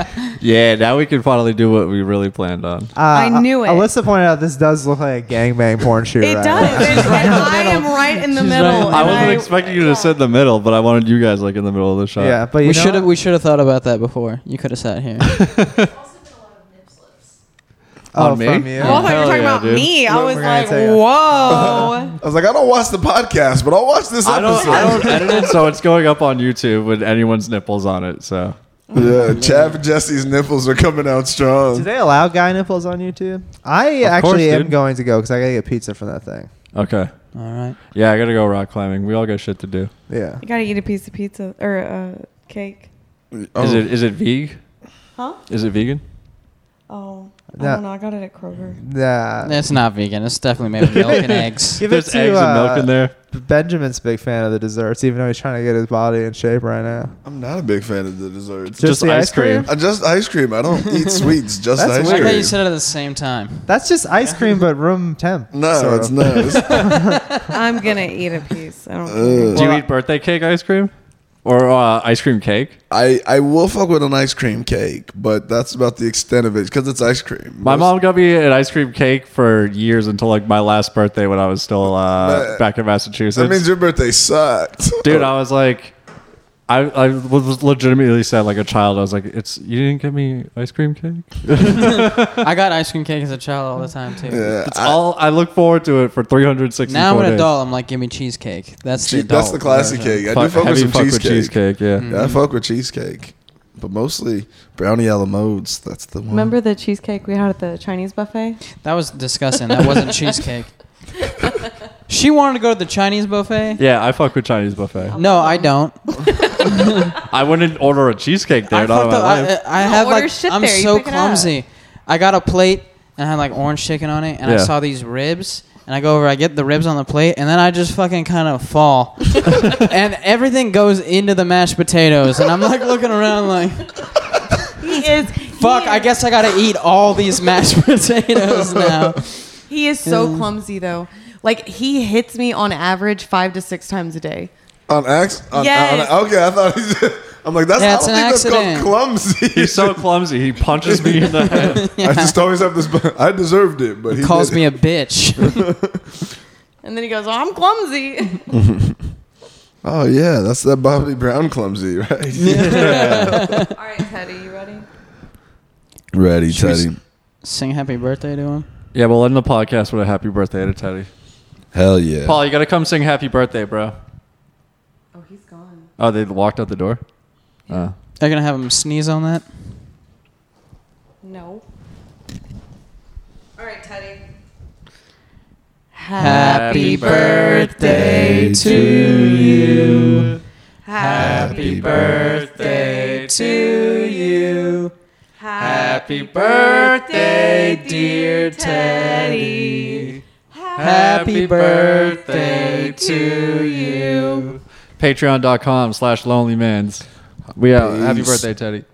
S1: Yeah. Now we can finally do what we really planned on.
S2: Uh,
S3: I knew it.
S2: Alyssa pointed out this does look like a gangbang porn shoot.
S3: It
S2: right?
S3: does. And, and I am right in the
S5: She's
S3: middle.
S5: right in the
S3: and
S1: I wasn't
S3: I-
S1: expecting you to sit in the middle, but I wanted you guys like in the middle of the shot.
S2: Yeah, but you
S5: we
S2: know
S5: should have,
S2: what?
S5: we should have thought about that before. You could have sat here.
S2: Oh,
S1: on me?
S2: from you.
S3: Oh, I thought you were
S1: Hell
S3: talking
S1: yeah,
S3: about
S1: dude.
S3: me. I
S2: Look,
S3: was
S2: we're gonna
S3: like,
S2: tell you.
S3: whoa.
S4: I was like, I don't watch the podcast, but I'll watch this
S1: I don't,
S4: episode.
S1: I don't edit it, so it's going up on YouTube with anyone's nipples on it. So
S4: yeah, Chav and Jesse's nipples are coming out
S2: Do
S4: strong.
S2: they allow guy nipples on YouTube? I
S1: Of course,
S2: actually am
S1: dude.
S2: going to go because I gotta get pizza from that thing.
S1: okay,
S5: all right.
S1: yeah, I gotta go rock climbing. We all got shit to do.
S2: Yeah.
S3: You gotta eat a piece of pizza or uh, cake.
S4: Oh,
S1: Is it is it veg?
S3: Huh?
S1: Is it vegan?
S3: Oh. I
S2: Yeah.
S3: don't know. I got it at Kroger.
S2: Nah.
S5: It's not vegan. It's definitely made with milk and eggs.
S2: Give
S1: There's
S2: it to,
S1: eggs and milk
S2: uh,
S1: in there.
S2: Benjamin's a big fan of the desserts, even though he's trying to get his body in shape right now.
S4: I'm not a big fan of the desserts.
S1: Just
S2: the
S1: ice cream.
S4: I just ice cream. I don't eat sweets. Just
S2: That's
S4: ice
S5: I
S2: weird.
S5: bet you
S4: cream.
S5: said it at the same time.
S2: That's just ice cream, but room temp.
S4: No,
S2: So-
S4: it's not. It's-
S3: I'm gonna eat a piece. I don't care.
S1: Do you eat birthday cake ice cream? or uh, ice cream cake.
S4: I, I will fuck with an ice cream cake, but that's about the extent of it because it's ice cream.
S1: My
S4: Most-
S1: mom got me an ice cream cake for years until like my last birthday when I was still uh,
S4: That-
S1: back in Massachusetts.
S4: That means your birthday sucked,
S1: Dude, I was like, I, I was legitimately said like a child. I was like, it's you didn't get me ice cream cake.
S5: I got ice cream cake as a child all the time too.
S4: Yeah,
S1: It's
S4: I-
S1: all I look forward to it for 364
S5: Now I'm an
S1: days.
S5: adult. I'm like, give me cheesecake. That's
S4: Gee,
S5: the adult
S4: that's the classic
S5: version.
S4: cake. I do
S1: Fuck,
S4: fuck with
S1: heavy
S4: some
S1: fuck
S4: cheesecake.
S1: with cheesecake. Mm-hmm. Yeah.
S5: Mm.
S4: Yeah, I fuck with cheesecake, but mostly brownie a la modes. That's the one.
S3: Remember the cheesecake we had at the Chinese buffet?
S5: That was disgusting. That wasn't cheesecake. She wanted to go to the Chinese buffet.
S1: Yeah, I fuck with Chinese buffet.
S5: No, I don't.
S1: I wouldn't order a cheesecake there.
S5: I,
S1: I not in
S5: fucked
S1: my
S5: up.
S1: life.
S5: I, uh, I
S3: You
S5: have
S3: order
S5: like
S3: shit
S5: I'm
S3: there, you
S5: so
S3: pick it up.
S5: clumsy. I got a plate and I had like orange chicken on it, and I
S1: Yeah.
S5: saw these ribs. And I go over, I get the ribs on the plate, and then I just fucking kind of fall, and everything goes into the mashed potatoes, and I'm like looking around like,
S3: He is.
S5: fuck, I guess I gotta eat all these mashed potatoes now.
S3: He is so
S5: Yeah.
S3: clumsy though. Like he hits me on average five to six times a day.
S4: on accident?
S3: Yes.
S4: okay, I thought. He's, I'm like that's.
S5: Yeah,
S4: I
S5: it's
S4: don't
S5: an
S4: think that's
S5: accident.
S4: called clumsy.
S1: He's so clumsy. He punches me in the head.
S4: I just always have this. I deserved it, but he
S5: Calls
S4: did
S5: me
S4: it.
S5: a bitch.
S3: And then he goes, oh, "I'm clumsy."
S4: Oh yeah, that's that Bobby Brown clumsy, right?
S3: All right, Teddy, you ready?
S4: Ready,
S5: Should we s-
S4: Teddy.
S5: Sing happy birthday to him.
S1: Yeah, we'll end the podcast with a happy birthday to Teddy.
S4: Hell yeah.
S1: Paul, you gotta come sing happy birthday, bro.
S3: Oh, he's gone.
S1: Oh, they walked out the door. Uh,
S5: They're gonna have him sneeze on that.
S3: No. All right, Teddy.
S5: Happy birthday
S4: to
S5: you.
S3: Happy
S4: Happy birthday
S5: to you.
S3: Happy birthday, dear Teddy.
S5: Happy birthday to you.
S1: Patreon.com slash lonely mans. We out. Happy
S4: Peace.
S1: birthday, Teddy.